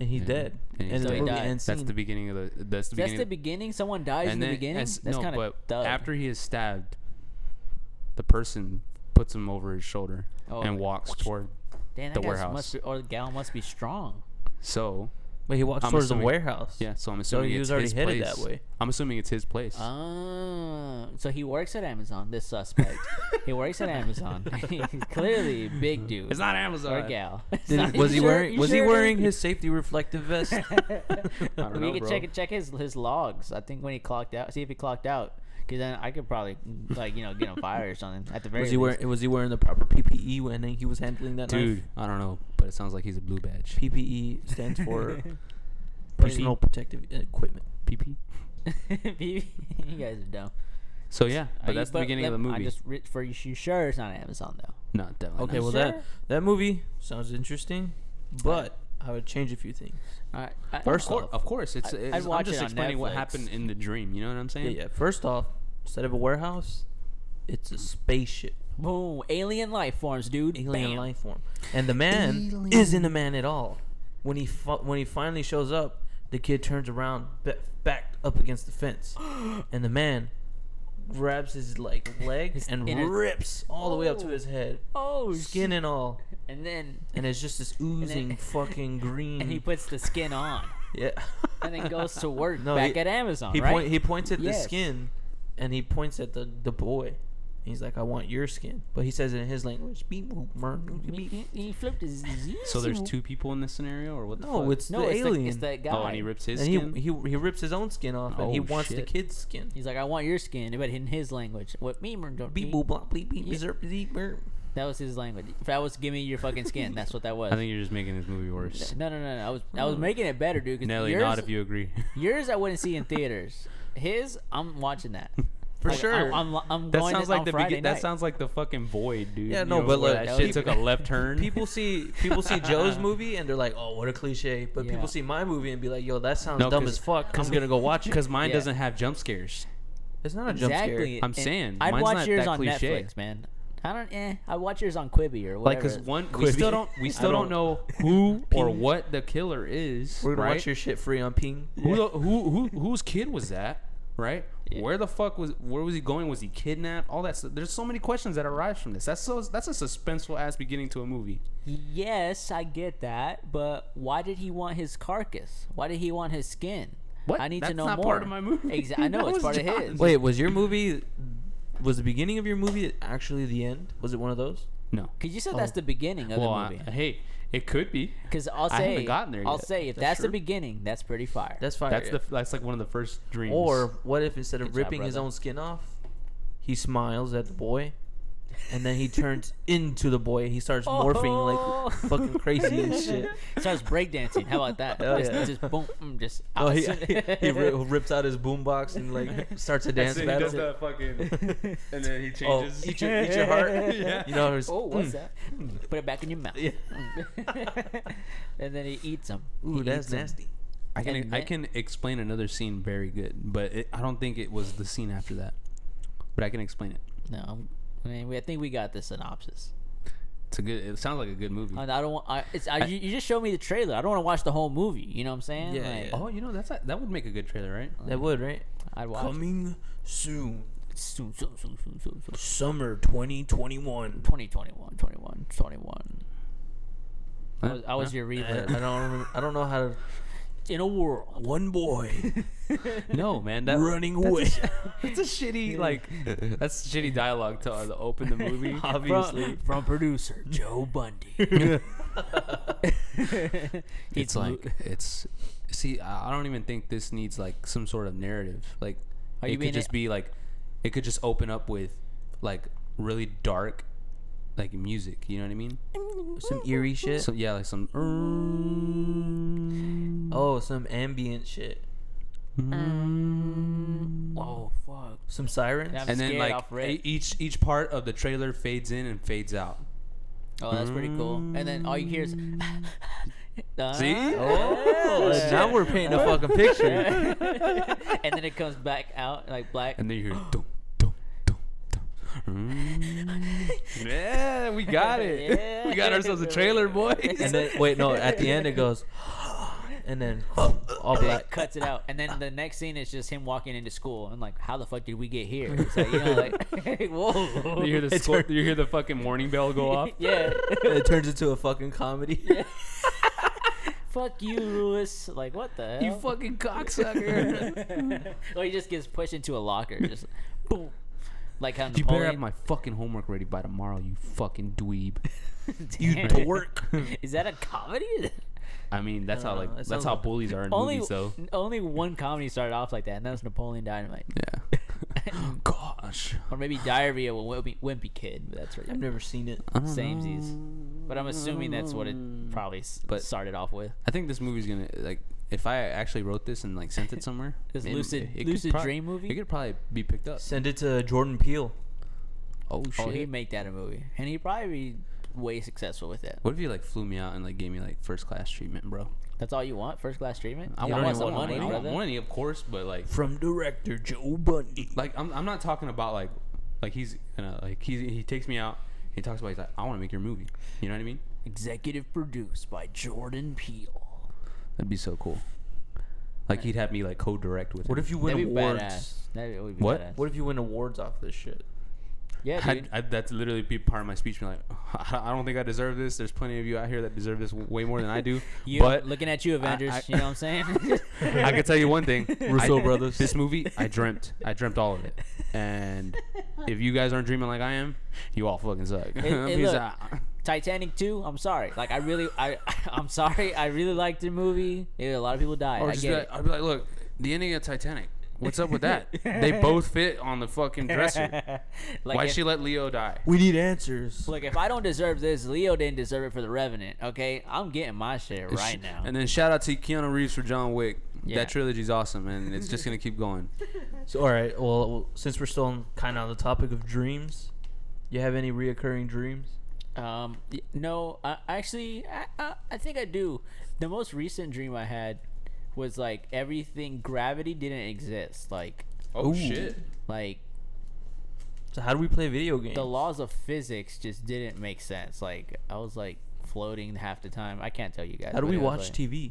Speaker 3: and he's
Speaker 1: Yeah.
Speaker 3: dead.
Speaker 1: And
Speaker 3: And,
Speaker 1: he's
Speaker 3: the
Speaker 2: dead.
Speaker 3: movie
Speaker 2: So he
Speaker 3: ends
Speaker 1: That's the
Speaker 3: scene.
Speaker 1: beginning of the. That's the
Speaker 2: That's
Speaker 1: beginning.
Speaker 2: the beginning. Someone dies in
Speaker 1: and
Speaker 2: the
Speaker 1: then
Speaker 2: beginning.
Speaker 1: as-
Speaker 2: That's
Speaker 1: no,
Speaker 2: kind of
Speaker 1: but after he is stabbed, the person puts him over his shoulder
Speaker 2: Oh,
Speaker 1: and
Speaker 2: like,
Speaker 1: walks toward.
Speaker 2: Damn,
Speaker 1: the
Speaker 2: that guy's
Speaker 1: warehouse.
Speaker 2: must be, or the gal must be strong.
Speaker 1: So
Speaker 3: But he walks
Speaker 1: I'm
Speaker 3: towards
Speaker 1: assuming-
Speaker 3: the warehouse.
Speaker 1: Yeah, so I'm assuming
Speaker 3: he
Speaker 1: it's
Speaker 3: was already
Speaker 1: his
Speaker 3: headed
Speaker 1: place.
Speaker 3: that way.
Speaker 1: I'm assuming it's his place.
Speaker 2: Uh, Oh, so he works at Amazon. This (laughs) suspect, he works at
Speaker 3: (laughs)
Speaker 2: Amazon. (laughs) He's clearly a big dude
Speaker 1: it's not
Speaker 2: or
Speaker 1: Amazon.
Speaker 2: gal. (laughs)
Speaker 3: Did, was he
Speaker 2: You sure-
Speaker 3: wearing
Speaker 2: you
Speaker 3: Was he
Speaker 2: sure it
Speaker 3: wearing
Speaker 2: ain't-
Speaker 3: his safety
Speaker 2: (laughs)
Speaker 3: reflective vest?
Speaker 1: I don't
Speaker 2: we
Speaker 1: know,
Speaker 2: could
Speaker 1: bro.
Speaker 2: check check his his logs. I think when he clocked out, see if he clocked out, because then I could probably like you know get him fired or something. At the very
Speaker 3: was he
Speaker 2: least.
Speaker 3: wearing Was he wearing the proper PPE when he was handling that
Speaker 1: Dude,
Speaker 3: knife?
Speaker 1: I don't know, but it sounds like he's a blue badge.
Speaker 3: PPE
Speaker 2: (laughs)
Speaker 3: stands for
Speaker 2: E.
Speaker 3: personal protective equipment.
Speaker 1: PP.
Speaker 2: you guys are dumb.
Speaker 1: So yeah,
Speaker 2: Are
Speaker 1: but
Speaker 2: you-
Speaker 1: that's the beginning of the
Speaker 2: let- I
Speaker 1: movie.
Speaker 2: just re- for you, you sure it's not Amazon though.
Speaker 1: no, definitely.
Speaker 3: Okay,
Speaker 1: not.
Speaker 3: well
Speaker 2: sure?
Speaker 3: that that movie sounds interesting, but I would change a few things.
Speaker 2: All right.
Speaker 3: First
Speaker 1: Of cour- of course, it's.
Speaker 2: I'd
Speaker 1: it's I'm
Speaker 2: watch it
Speaker 1: just
Speaker 2: on
Speaker 1: explaining what
Speaker 2: Netflix.
Speaker 1: happened in the dream. You know what I'm saying?
Speaker 3: Yeah, yeah. First off, instead of a warehouse, it's a spaceship,
Speaker 2: boom, alien life forms, dude.
Speaker 3: alien
Speaker 2: Bam.
Speaker 3: life form, and the man
Speaker 4: Alien.
Speaker 3: isn't a man at all. When he fu- when he finally shows up, the kid turns around, ba- backed up against the fence, and the man grabs his like leg
Speaker 2: His
Speaker 3: and
Speaker 2: inner-
Speaker 3: rips all the way up to
Speaker 2: Oh.
Speaker 3: his head,
Speaker 2: (gasps) Oh,
Speaker 3: skin
Speaker 2: shit.
Speaker 3: and all,
Speaker 2: and then
Speaker 3: and it's
Speaker 2: (laughs)
Speaker 3: just this
Speaker 2: then-
Speaker 3: oozing fucking green.
Speaker 2: and he puts the skin on,
Speaker 3: (laughs) yeah,
Speaker 2: and then goes to work
Speaker 3: No,
Speaker 2: back
Speaker 3: he-
Speaker 2: at Amazon,
Speaker 3: He
Speaker 2: right?
Speaker 3: point, he points at the
Speaker 2: Yes.
Speaker 3: skin, and he points at the the boy. He's like, "I want your skin," but he says it in his language. Beep, boop, mer, beep, beep.
Speaker 2: he, he flipped his.
Speaker 1: So there's two people in this scenario, or what? The
Speaker 3: No,
Speaker 1: fuck?
Speaker 3: it's
Speaker 2: No,
Speaker 3: the
Speaker 2: it's,
Speaker 3: alien.
Speaker 2: The, it's that guy.
Speaker 1: Oh, and he rips his
Speaker 3: and he,
Speaker 1: skin.
Speaker 3: he he rips his own skin off, and he
Speaker 1: Oh,
Speaker 3: wants the
Speaker 1: shit.
Speaker 3: kid's skin.
Speaker 2: He's like, I want your skin, but in his language. What me? mer- don't
Speaker 3: Beep,
Speaker 2: me.
Speaker 3: boop, blop, bleep, beep,
Speaker 2: Yeah.
Speaker 3: berserk, beep, berp.
Speaker 2: That was his language. If I was give me your fucking skin,
Speaker 1: (laughs)
Speaker 2: that's what that was.
Speaker 1: I think you're just making this movie worse.
Speaker 2: no, no, no, no. I was I was making it better, dude. 'cause
Speaker 1: Nelly,
Speaker 2: yours,
Speaker 1: not if you agree. (laughs)
Speaker 2: yours I wouldn't see in theaters. His, I'm
Speaker 1: (laughs)
Speaker 2: watching that
Speaker 3: For
Speaker 2: Like,
Speaker 3: sure.
Speaker 2: I'm, I'm, I'm
Speaker 1: That
Speaker 2: going
Speaker 1: sounds
Speaker 2: to,
Speaker 1: like
Speaker 2: on
Speaker 1: the
Speaker 2: Friday
Speaker 1: begin- that
Speaker 2: night.
Speaker 1: sounds like the fucking void, dude.
Speaker 3: Yeah,
Speaker 1: You
Speaker 3: no,
Speaker 1: know,
Speaker 3: but
Speaker 1: where
Speaker 3: look,
Speaker 1: that shit took a
Speaker 3: people-
Speaker 1: left turn.
Speaker 3: people see people
Speaker 1: (laughs)
Speaker 3: see Joe's movie and they're like, "Oh, what a cliche," but
Speaker 2: Yeah.
Speaker 3: people see my movie and be like, "Yo, that sounds
Speaker 1: No,
Speaker 3: dumb
Speaker 1: 'cause-
Speaker 3: as fuck." I'm gonna go watch it.
Speaker 1: because mine
Speaker 2: Yeah.
Speaker 1: doesn't have jump scares.
Speaker 3: It's not a jump
Speaker 2: exactly.
Speaker 3: scare.
Speaker 1: I'm
Speaker 2: and
Speaker 1: saying,
Speaker 2: I'd
Speaker 1: mine's
Speaker 2: watch
Speaker 1: not
Speaker 2: yours
Speaker 1: that
Speaker 2: on
Speaker 1: cliche.
Speaker 2: Netflix, man. I don't. Eh, I watch yours on Quibi or
Speaker 1: Like,
Speaker 2: whatever.
Speaker 1: cause one, we still
Speaker 3: Quibi.
Speaker 1: don't, we (laughs)
Speaker 3: I
Speaker 1: still don't,
Speaker 3: don't-
Speaker 1: know who or what the killer is.
Speaker 3: We're gonna
Speaker 1: right?
Speaker 3: watch your shit free on Ping.
Speaker 1: Who, the, who who whose kid was that? Right?
Speaker 2: Yeah.
Speaker 1: Where the fuck was where was he going? Was he kidnapped? All that stuff. There's so many questions that arise from this. That's so that's a suspenseful ass beginning to a movie.
Speaker 2: Yes, I get that, but why did he want his carcass? Why did he want his skin?
Speaker 1: What?
Speaker 2: I need to
Speaker 1: That's
Speaker 2: know
Speaker 1: not
Speaker 2: more.
Speaker 1: part of my movie.
Speaker 2: Exa- I know
Speaker 1: That
Speaker 2: it's
Speaker 1: was
Speaker 2: part of
Speaker 1: John's.
Speaker 2: his.
Speaker 3: (laughs) Wait, was your movie was the beginning of your movie actually the end? Was it one of those?
Speaker 1: No.
Speaker 2: Because you said that's the beginning of
Speaker 1: Well,
Speaker 2: the
Speaker 1: I,
Speaker 2: movie.
Speaker 1: hey, it could be.
Speaker 2: Because I'll
Speaker 1: I haven't
Speaker 2: say,
Speaker 1: gotten there
Speaker 2: I'll
Speaker 1: yet.
Speaker 2: say, if that's,
Speaker 3: That's
Speaker 2: the
Speaker 3: true.
Speaker 2: beginning, that's pretty fire.
Speaker 3: That's fire.
Speaker 1: That's
Speaker 3: yeah.
Speaker 1: the that's like one of the first dreams.
Speaker 3: Or what if instead of
Speaker 2: Good job,
Speaker 3: ripping his
Speaker 2: brother.
Speaker 3: own skin off, he smiles at the boy, and then he
Speaker 2: (laughs)
Speaker 3: turns into the boy. He starts morphing
Speaker 2: Oh. (laughs)
Speaker 3: like fucking crazy and shit.
Speaker 2: starts breakdancing. How about that?
Speaker 3: Hell
Speaker 2: just,
Speaker 3: yeah.
Speaker 2: just boom, mm, just.
Speaker 3: Oh, he,
Speaker 2: out.
Speaker 3: he, (laughs) he ri-
Speaker 2: (laughs)
Speaker 3: rips out his boombox and like starts a dance battle.
Speaker 1: fucking,
Speaker 3: (laughs)
Speaker 1: and (laughs) then he
Speaker 3: Oh, eat your, eat your heart.
Speaker 2: (laughs)
Speaker 1: Yeah.
Speaker 3: You know, it was,
Speaker 2: Oh, what's
Speaker 3: mm,
Speaker 2: that? Put it back in your mouth. Mm. (laughs) and then he eats them.
Speaker 3: Ooh, that's nasty.
Speaker 1: I can
Speaker 2: And
Speaker 1: I
Speaker 2: that-
Speaker 1: can explain another scene very good, but it, I don't think it was the scene after that. But I can explain it.
Speaker 2: No, I'm- I, mean, we- I think we got the synopsis.
Speaker 1: It's a good. It sounds like a good movie.
Speaker 2: I I don't want. I, it's, I, you, you just showed me the trailer. I don't want to watch the whole movie. You know what I'm saying?
Speaker 3: Yeah,
Speaker 2: Like,
Speaker 3: yeah.
Speaker 1: Oh, you know that's a, that would make a good trailer, right?
Speaker 3: That would right.
Speaker 2: I'd watch.
Speaker 3: Coming soon,
Speaker 2: Soon, soon, soon, soon, soon, soon.
Speaker 3: summer 2021.
Speaker 2: 2021, 21, 21. I was, I was your
Speaker 3: I, I
Speaker 2: reader.
Speaker 3: don't. Remember, I don't know how
Speaker 2: (laughs)
Speaker 3: to.
Speaker 2: In a world.
Speaker 3: One boy
Speaker 1: No, man. (laughs) That,
Speaker 3: running away. (laughs)
Speaker 1: That's a shitty (laughs) like. That's shitty dialogue to, uh, to open the (laughs) movie.
Speaker 2: From, from producer Joe Bundy. (laughs)
Speaker 1: it's
Speaker 2: Lu-
Speaker 1: like it's. See, I I don't even think this needs like some sort of narrative. Like,
Speaker 2: Are you
Speaker 1: it
Speaker 2: being
Speaker 1: could just
Speaker 2: a-
Speaker 1: be like, it could just open up with, like, really dark, like music. You know what I mean?
Speaker 3: some eerie shit.
Speaker 1: So yeah, Mm, like some.
Speaker 3: oh, some ambient shit. Oh,
Speaker 2: Whoa, fuck.
Speaker 3: Some sirens.
Speaker 2: Yeah,
Speaker 1: And then
Speaker 2: Scared
Speaker 1: like
Speaker 2: off rip.
Speaker 1: e- each each part of the trailer fades in and fades out.
Speaker 2: Oh, that's pretty cool. And then all you hear is. (laughs) Uh,
Speaker 1: See?
Speaker 3: Oh,
Speaker 2: Yeah.
Speaker 3: now we're painting a fucking picture. (laughs)
Speaker 2: (laughs) and then it comes back out like black.
Speaker 1: And then you hear dum dum dum dum. Yeah, we got it.
Speaker 2: Yeah.
Speaker 1: We got ourselves a trailer, boys.
Speaker 3: (laughs) and then wait, no, at the end it goes, (gasps) and then (gasps) all
Speaker 2: They
Speaker 3: black.
Speaker 2: cuts it out, and then the next scene is just him walking into school, and like, how the fuck did we get here? It's like, you know, like, (laughs) whoa.
Speaker 1: you hear
Speaker 2: (laughs)
Speaker 1: the score, you hear the
Speaker 3: (laughs)
Speaker 1: fucking warning bell go off.
Speaker 2: yeah.
Speaker 3: It turns into a fucking comedy.
Speaker 2: fuck you, Lewis. Like, what the hell?
Speaker 1: You fucking
Speaker 3: (laughs)
Speaker 1: cocksucker.
Speaker 2: (laughs) or he just gets pushed into a locker, just boom. Like how
Speaker 1: you better have
Speaker 2: Napoleon.
Speaker 1: my fucking homework ready by tomorrow, you fucking dweeb.
Speaker 2: (laughs)
Speaker 1: (laughs)
Speaker 2: Damn. Is that a comedy?
Speaker 1: I mean, that's how
Speaker 3: Uh,
Speaker 1: like
Speaker 3: it
Speaker 1: that's
Speaker 3: sounds
Speaker 1: how
Speaker 3: like-
Speaker 1: bullies are in
Speaker 2: (laughs) only
Speaker 1: movies,
Speaker 3: (laughs)
Speaker 1: though.
Speaker 2: only one comedy started off like that, and that was Napoleon Dynamite,
Speaker 1: Yeah. (laughs) Gosh.
Speaker 2: or maybe Diarrhea with Wimpy, Wimpy Kid. But that's right.
Speaker 3: I've never seen it.
Speaker 1: I don't
Speaker 2: Samesies.
Speaker 1: know.
Speaker 2: But I'm assuming that's what it probably s-
Speaker 1: But-
Speaker 2: started off with.
Speaker 1: I think this movie's gonna like. If I actually wrote this and like sent it somewhere,
Speaker 2: This
Speaker 1: it-
Speaker 2: lucid-
Speaker 1: could
Speaker 2: lucid
Speaker 1: prob-
Speaker 2: dream movie?
Speaker 1: it could probably be picked up.
Speaker 3: Send it to Jordan Peele.
Speaker 1: Oh shit!
Speaker 2: Oh, he'd make that a movie, and he'd probably be way successful with it.
Speaker 1: what if he like flew me out and like gave me like first class treatment, bro?
Speaker 2: That's all you want, first class treatment.
Speaker 1: I want,
Speaker 2: You don't
Speaker 1: I
Speaker 2: want some
Speaker 1: want
Speaker 2: money,
Speaker 1: money, I want
Speaker 2: brother.
Speaker 1: money, of course, but like,
Speaker 3: From director Joe Bundy.
Speaker 1: like I'm, I'm not talking about like, like he's gonna like he he takes me out. He talks about he's like, I want to make your movie. You know what I mean?
Speaker 2: Executive produced by Jordan Peele.
Speaker 1: That'd be so cool. Like he'd have me like co-direct with.
Speaker 3: What
Speaker 1: him.
Speaker 3: if you win
Speaker 2: That'd be
Speaker 3: awards?
Speaker 2: badass. That would be
Speaker 1: What?
Speaker 2: Badass.
Speaker 3: What if you win awards off this shit?
Speaker 2: Yeah, dude.
Speaker 1: (laughs) I'd, I'd, that's literally be part of my speech. Being like, (laughs) I I don't think I deserve this. There's plenty of you out here that deserve this w- way more than I do.
Speaker 2: You,
Speaker 1: but
Speaker 2: looking at you, Avengers.
Speaker 1: I-
Speaker 2: you know what I'm saying?
Speaker 1: (laughs) I can tell you one thing,
Speaker 3: (laughs) Russo
Speaker 1: I-
Speaker 3: brothers.
Speaker 1: This movie, I dreamt. I dreamt all of it. And if you guys aren't dreaming like I am, you all fucking suck. (laughs)
Speaker 2: hey,
Speaker 1: Peace
Speaker 2: look.
Speaker 1: out.
Speaker 2: (laughs) Titanic 2, I'm sorry. Like I really I (laughs) I'm sorry. I really liked the movie. Yeah, a lot of people died.
Speaker 1: Or
Speaker 2: I
Speaker 1: Oh, just
Speaker 2: get
Speaker 1: be like,
Speaker 2: it.
Speaker 1: I'd be like, look, the ending of Titanic. What's up with that?
Speaker 2: (laughs)
Speaker 1: they both fit on the fucking dresser.
Speaker 2: Like
Speaker 1: Why
Speaker 2: if,
Speaker 1: she let Leo die?
Speaker 3: We need answers.
Speaker 2: Look, if I don't deserve this, Leo didn't deserve it for the Revenant, okay? I'm getting my shit right now.
Speaker 1: And then shout out to Keanu Reeves for John Wick.
Speaker 2: Yeah.
Speaker 1: That trilogy's awesome, and it's just gonna keep going.
Speaker 3: So, all right. Well, well, since we're still on, kind of on the topic of dreams, you have any reoccurring dreams?
Speaker 2: Um, y- no, I, actually, I, I, I think I do. The most recent dream I had was like everything gravity didn't exist. Like,
Speaker 1: Oh
Speaker 3: Ooh.
Speaker 1: shit!
Speaker 2: like
Speaker 3: So how do we play video games?
Speaker 2: the laws of physics just didn't make sense. Like, I was like floating half the time. I can't tell you guys.
Speaker 3: How do
Speaker 2: but
Speaker 3: we
Speaker 2: it was,
Speaker 3: watch
Speaker 2: like-
Speaker 3: TV?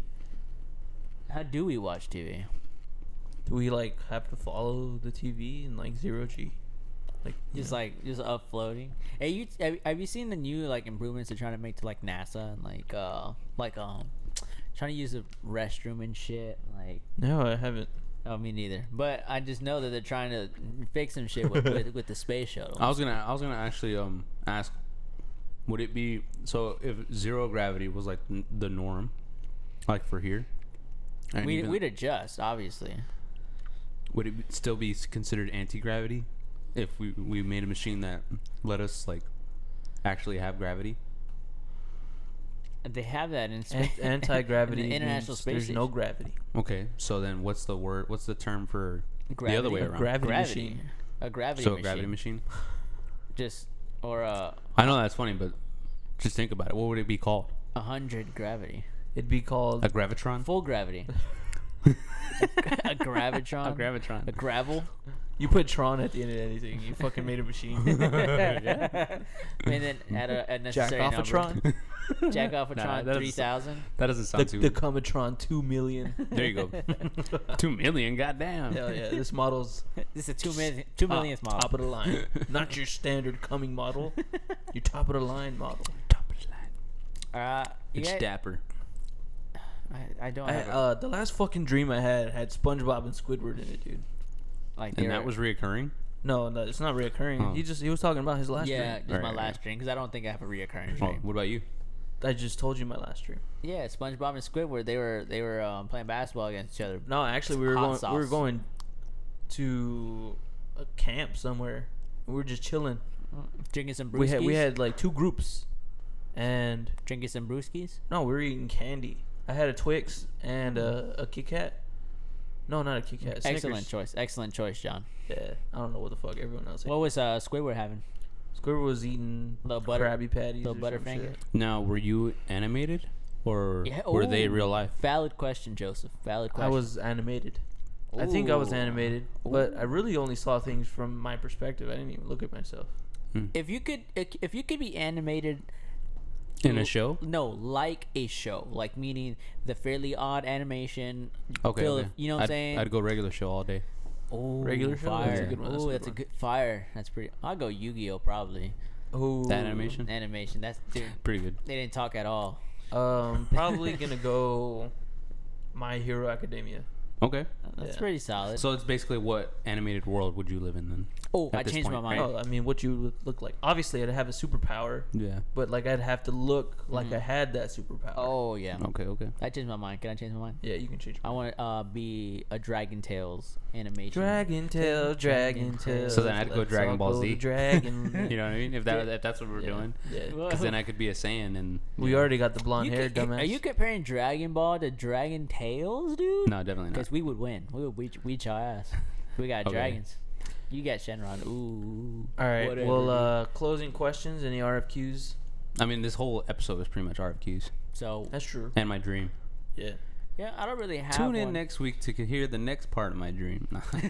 Speaker 2: How do we watch TV?
Speaker 3: Do we like have to follow the TV in like zero G? Like you
Speaker 2: Just
Speaker 3: know,
Speaker 2: like just up floating. Hey, you have, have you seen the new like improvements they're trying to make to like NASA and like uh like um trying to use the restroom and shit like.
Speaker 3: no, I haven't.
Speaker 2: Oh, me neither. But I just know that they're trying to fix some shit with, with, with the space
Speaker 3: (laughs)
Speaker 2: shuttle.
Speaker 3: Oh,
Speaker 1: I was gonna, I was gonna actually um ask, would it be so if zero gravity was like n- the norm, like for here? and
Speaker 2: we,
Speaker 1: even-
Speaker 2: we'd adjust, obviously.
Speaker 1: would it be- still be s- considered anti gravity if we we made a machine that let us like actually have gravity?
Speaker 2: They have that (laughs) in space.
Speaker 3: Ant- Anti gravity.
Speaker 2: In the International Space
Speaker 3: There's no gravity.
Speaker 1: Okay, so then what's the word? What's the term for the other way
Speaker 2: Gravity.
Speaker 1: around?
Speaker 3: Gravity,
Speaker 2: gravity.
Speaker 3: machine.
Speaker 2: A gravity
Speaker 1: so
Speaker 2: machine.
Speaker 1: gravity machine.
Speaker 2: Just, or a,
Speaker 1: I know that's funny, but just think about it. What would it be called?
Speaker 2: a hundred gravity.
Speaker 3: It'd be called
Speaker 1: A gravitron.
Speaker 2: Full
Speaker 3: (laughs)
Speaker 2: gravity. a gravitron.
Speaker 1: A gravitron. (laughs)
Speaker 2: A gravel.
Speaker 3: You put Tron at the end of anything. You fucking made
Speaker 2: (laughs)
Speaker 3: a machine.
Speaker 2: And then add a, a
Speaker 3: Jack
Speaker 2: necessary
Speaker 3: off a
Speaker 2: number.
Speaker 3: Tron.
Speaker 2: Jack off a
Speaker 3: (laughs)
Speaker 1: Nah,
Speaker 2: Tron
Speaker 1: that's-
Speaker 2: 3000.
Speaker 1: that doesn't
Speaker 3: the
Speaker 1: sound too.
Speaker 3: the Comatron two million.
Speaker 1: there you go. Two million. Goddamn.
Speaker 3: Hell yeah!
Speaker 2: (laughs)
Speaker 3: This model's
Speaker 2: This is a two, million, two
Speaker 3: top,
Speaker 2: millionth model.
Speaker 3: top of
Speaker 2: (laughs)
Speaker 3: the line. Not your standard coming model. Your top of the line model.
Speaker 1: Top of the line.
Speaker 2: Uh, you
Speaker 1: It's
Speaker 2: guys-
Speaker 1: dapper.
Speaker 2: I, I don't
Speaker 3: I,
Speaker 2: have a-
Speaker 3: uh, the last fucking dream I had had SpongeBob and Squidward in it, dude.
Speaker 2: like
Speaker 1: And
Speaker 2: they're-
Speaker 1: that was reoccurring.
Speaker 3: No, no, it's not reoccurring.
Speaker 1: Oh.
Speaker 3: He just he was talking about his last
Speaker 2: yeah,
Speaker 3: dream.
Speaker 2: just my
Speaker 1: Right, right.
Speaker 2: last dream because I don't think I have a reoccurring
Speaker 1: Oh,
Speaker 2: dream.
Speaker 1: what about you?
Speaker 3: I just told you my last dream.
Speaker 2: Yeah, SpongeBob and Squidward they were they were um, playing basketball against each other.
Speaker 3: No, actually we were
Speaker 2: Hot
Speaker 3: going we were
Speaker 2: sauce.
Speaker 3: going to a camp somewhere. We were just chilling.
Speaker 2: drinking some brewskis.
Speaker 3: We had we had like two groups, and
Speaker 2: drinking some brewskis.
Speaker 3: no, we were eating candy. I had a Twix and a, a Kit Kat. No, not a Kit Kat. Snickers.
Speaker 2: Excellent choice, excellent choice, John.
Speaker 3: Yeah, I don't know what the fuck everyone else. Ate.
Speaker 2: What was uh, Squidward having?
Speaker 3: Squidward was eating
Speaker 2: Little butter-
Speaker 3: Krabby Patties.
Speaker 2: little
Speaker 3: or some
Speaker 2: Butterfinger?
Speaker 3: shit.
Speaker 1: Now, were you animated, or
Speaker 2: Yeah,
Speaker 1: were they
Speaker 2: ooh.
Speaker 1: real life?
Speaker 2: Valid question, Joseph. Valid
Speaker 3: I
Speaker 2: question.
Speaker 3: was animated. I think I was
Speaker 2: Ooh.
Speaker 3: animated, but I really only saw things from my perspective. I didn't even look at myself.
Speaker 2: If you could, if you could be animated
Speaker 1: In a
Speaker 2: l-
Speaker 1: show?
Speaker 2: No, like a show, like meaning the Fairly Odd animation.
Speaker 1: Okay.
Speaker 2: Phil,
Speaker 1: okay.
Speaker 2: if- you know what I'm
Speaker 1: I'd,
Speaker 2: saying?
Speaker 1: I'd go regular show all day.
Speaker 2: Oh,
Speaker 3: Regular show?
Speaker 2: fire.
Speaker 3: That's a good one, that's a
Speaker 2: Oh,
Speaker 3: good
Speaker 2: that's a
Speaker 3: one.
Speaker 2: good fire. That's pretty. I'll go Yu-Gi-Oh probably.
Speaker 3: Oh,
Speaker 1: That animation,
Speaker 2: Animation. That's dude.
Speaker 1: pretty good.
Speaker 2: They didn't talk at all.
Speaker 3: Um,
Speaker 2: (laughs)
Speaker 3: probably gonna go My Hero Academia.
Speaker 1: Okay.
Speaker 2: That's
Speaker 3: Yeah.
Speaker 2: pretty solid.
Speaker 1: So it's basically what animated world would you live in then?
Speaker 2: oh,
Speaker 1: at
Speaker 2: I
Speaker 1: this
Speaker 2: changed
Speaker 1: point,
Speaker 2: my mind.
Speaker 3: Oh, I mean, what you would look like? Obviously, I'd have a superpower,
Speaker 1: Yeah.
Speaker 3: but like I'd have to look like
Speaker 1: Mm-hmm.
Speaker 3: I had that superpower.
Speaker 2: Oh yeah,
Speaker 1: Okay. Okay.
Speaker 2: I changed my mind. Can I change my mind?
Speaker 3: yeah, you can
Speaker 1: Oh.
Speaker 3: change.
Speaker 2: I want to uh, be a Dragon Tales animation.
Speaker 3: Dragon tail, dragon
Speaker 2: Dragon
Speaker 3: tail.
Speaker 2: Tail.
Speaker 1: So then I'd go
Speaker 3: Let's
Speaker 1: Dragon
Speaker 3: all
Speaker 1: Ball
Speaker 3: go to
Speaker 1: Z.
Speaker 3: Dragon.
Speaker 1: (laughs) You know what I mean? If that if that's what we're
Speaker 3: Yeah, (laughs)
Speaker 1: doing,
Speaker 3: yeah.
Speaker 1: (laughs) because then I could be a Saiyan and
Speaker 3: We already got the blonde
Speaker 2: You
Speaker 3: hair,
Speaker 2: ca-
Speaker 3: dumbass.
Speaker 2: Are you comparing Dragon Ball to Dragon Tales, dude?
Speaker 1: no, definitely not.
Speaker 2: Because we would win. We would beat, beat your ass. We got
Speaker 1: (laughs) Okay.
Speaker 2: dragons. You got Shenron. Ooh.
Speaker 3: All right.
Speaker 2: whatever,
Speaker 3: well,
Speaker 2: dude.
Speaker 3: uh, closing questions. Any RFQs?
Speaker 1: I mean, this whole episode is pretty much RFQs
Speaker 2: So
Speaker 3: That's true.
Speaker 1: and my dream.
Speaker 3: Yeah.
Speaker 2: yeah, I don't really have.
Speaker 1: Tune in
Speaker 2: one.
Speaker 1: next week to c- hear the next part of my
Speaker 2: (laughs)
Speaker 1: dream.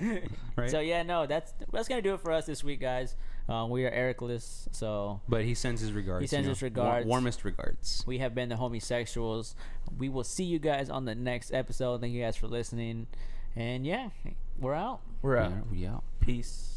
Speaker 1: (laughs) right.
Speaker 2: So yeah, no, that's that's gonna do it for us this week, guys. Um, we are Ericless, so
Speaker 1: but he sends his regards.
Speaker 2: He sends
Speaker 1: you know,
Speaker 2: his
Speaker 1: wa-
Speaker 2: regards.
Speaker 1: warmest regards.
Speaker 2: we have been the homosexuals. We will see you guys on the next episode. Thank you guys for listening, and yeah, we're out.
Speaker 3: We're out.
Speaker 1: Yeah, we out.
Speaker 3: Peace.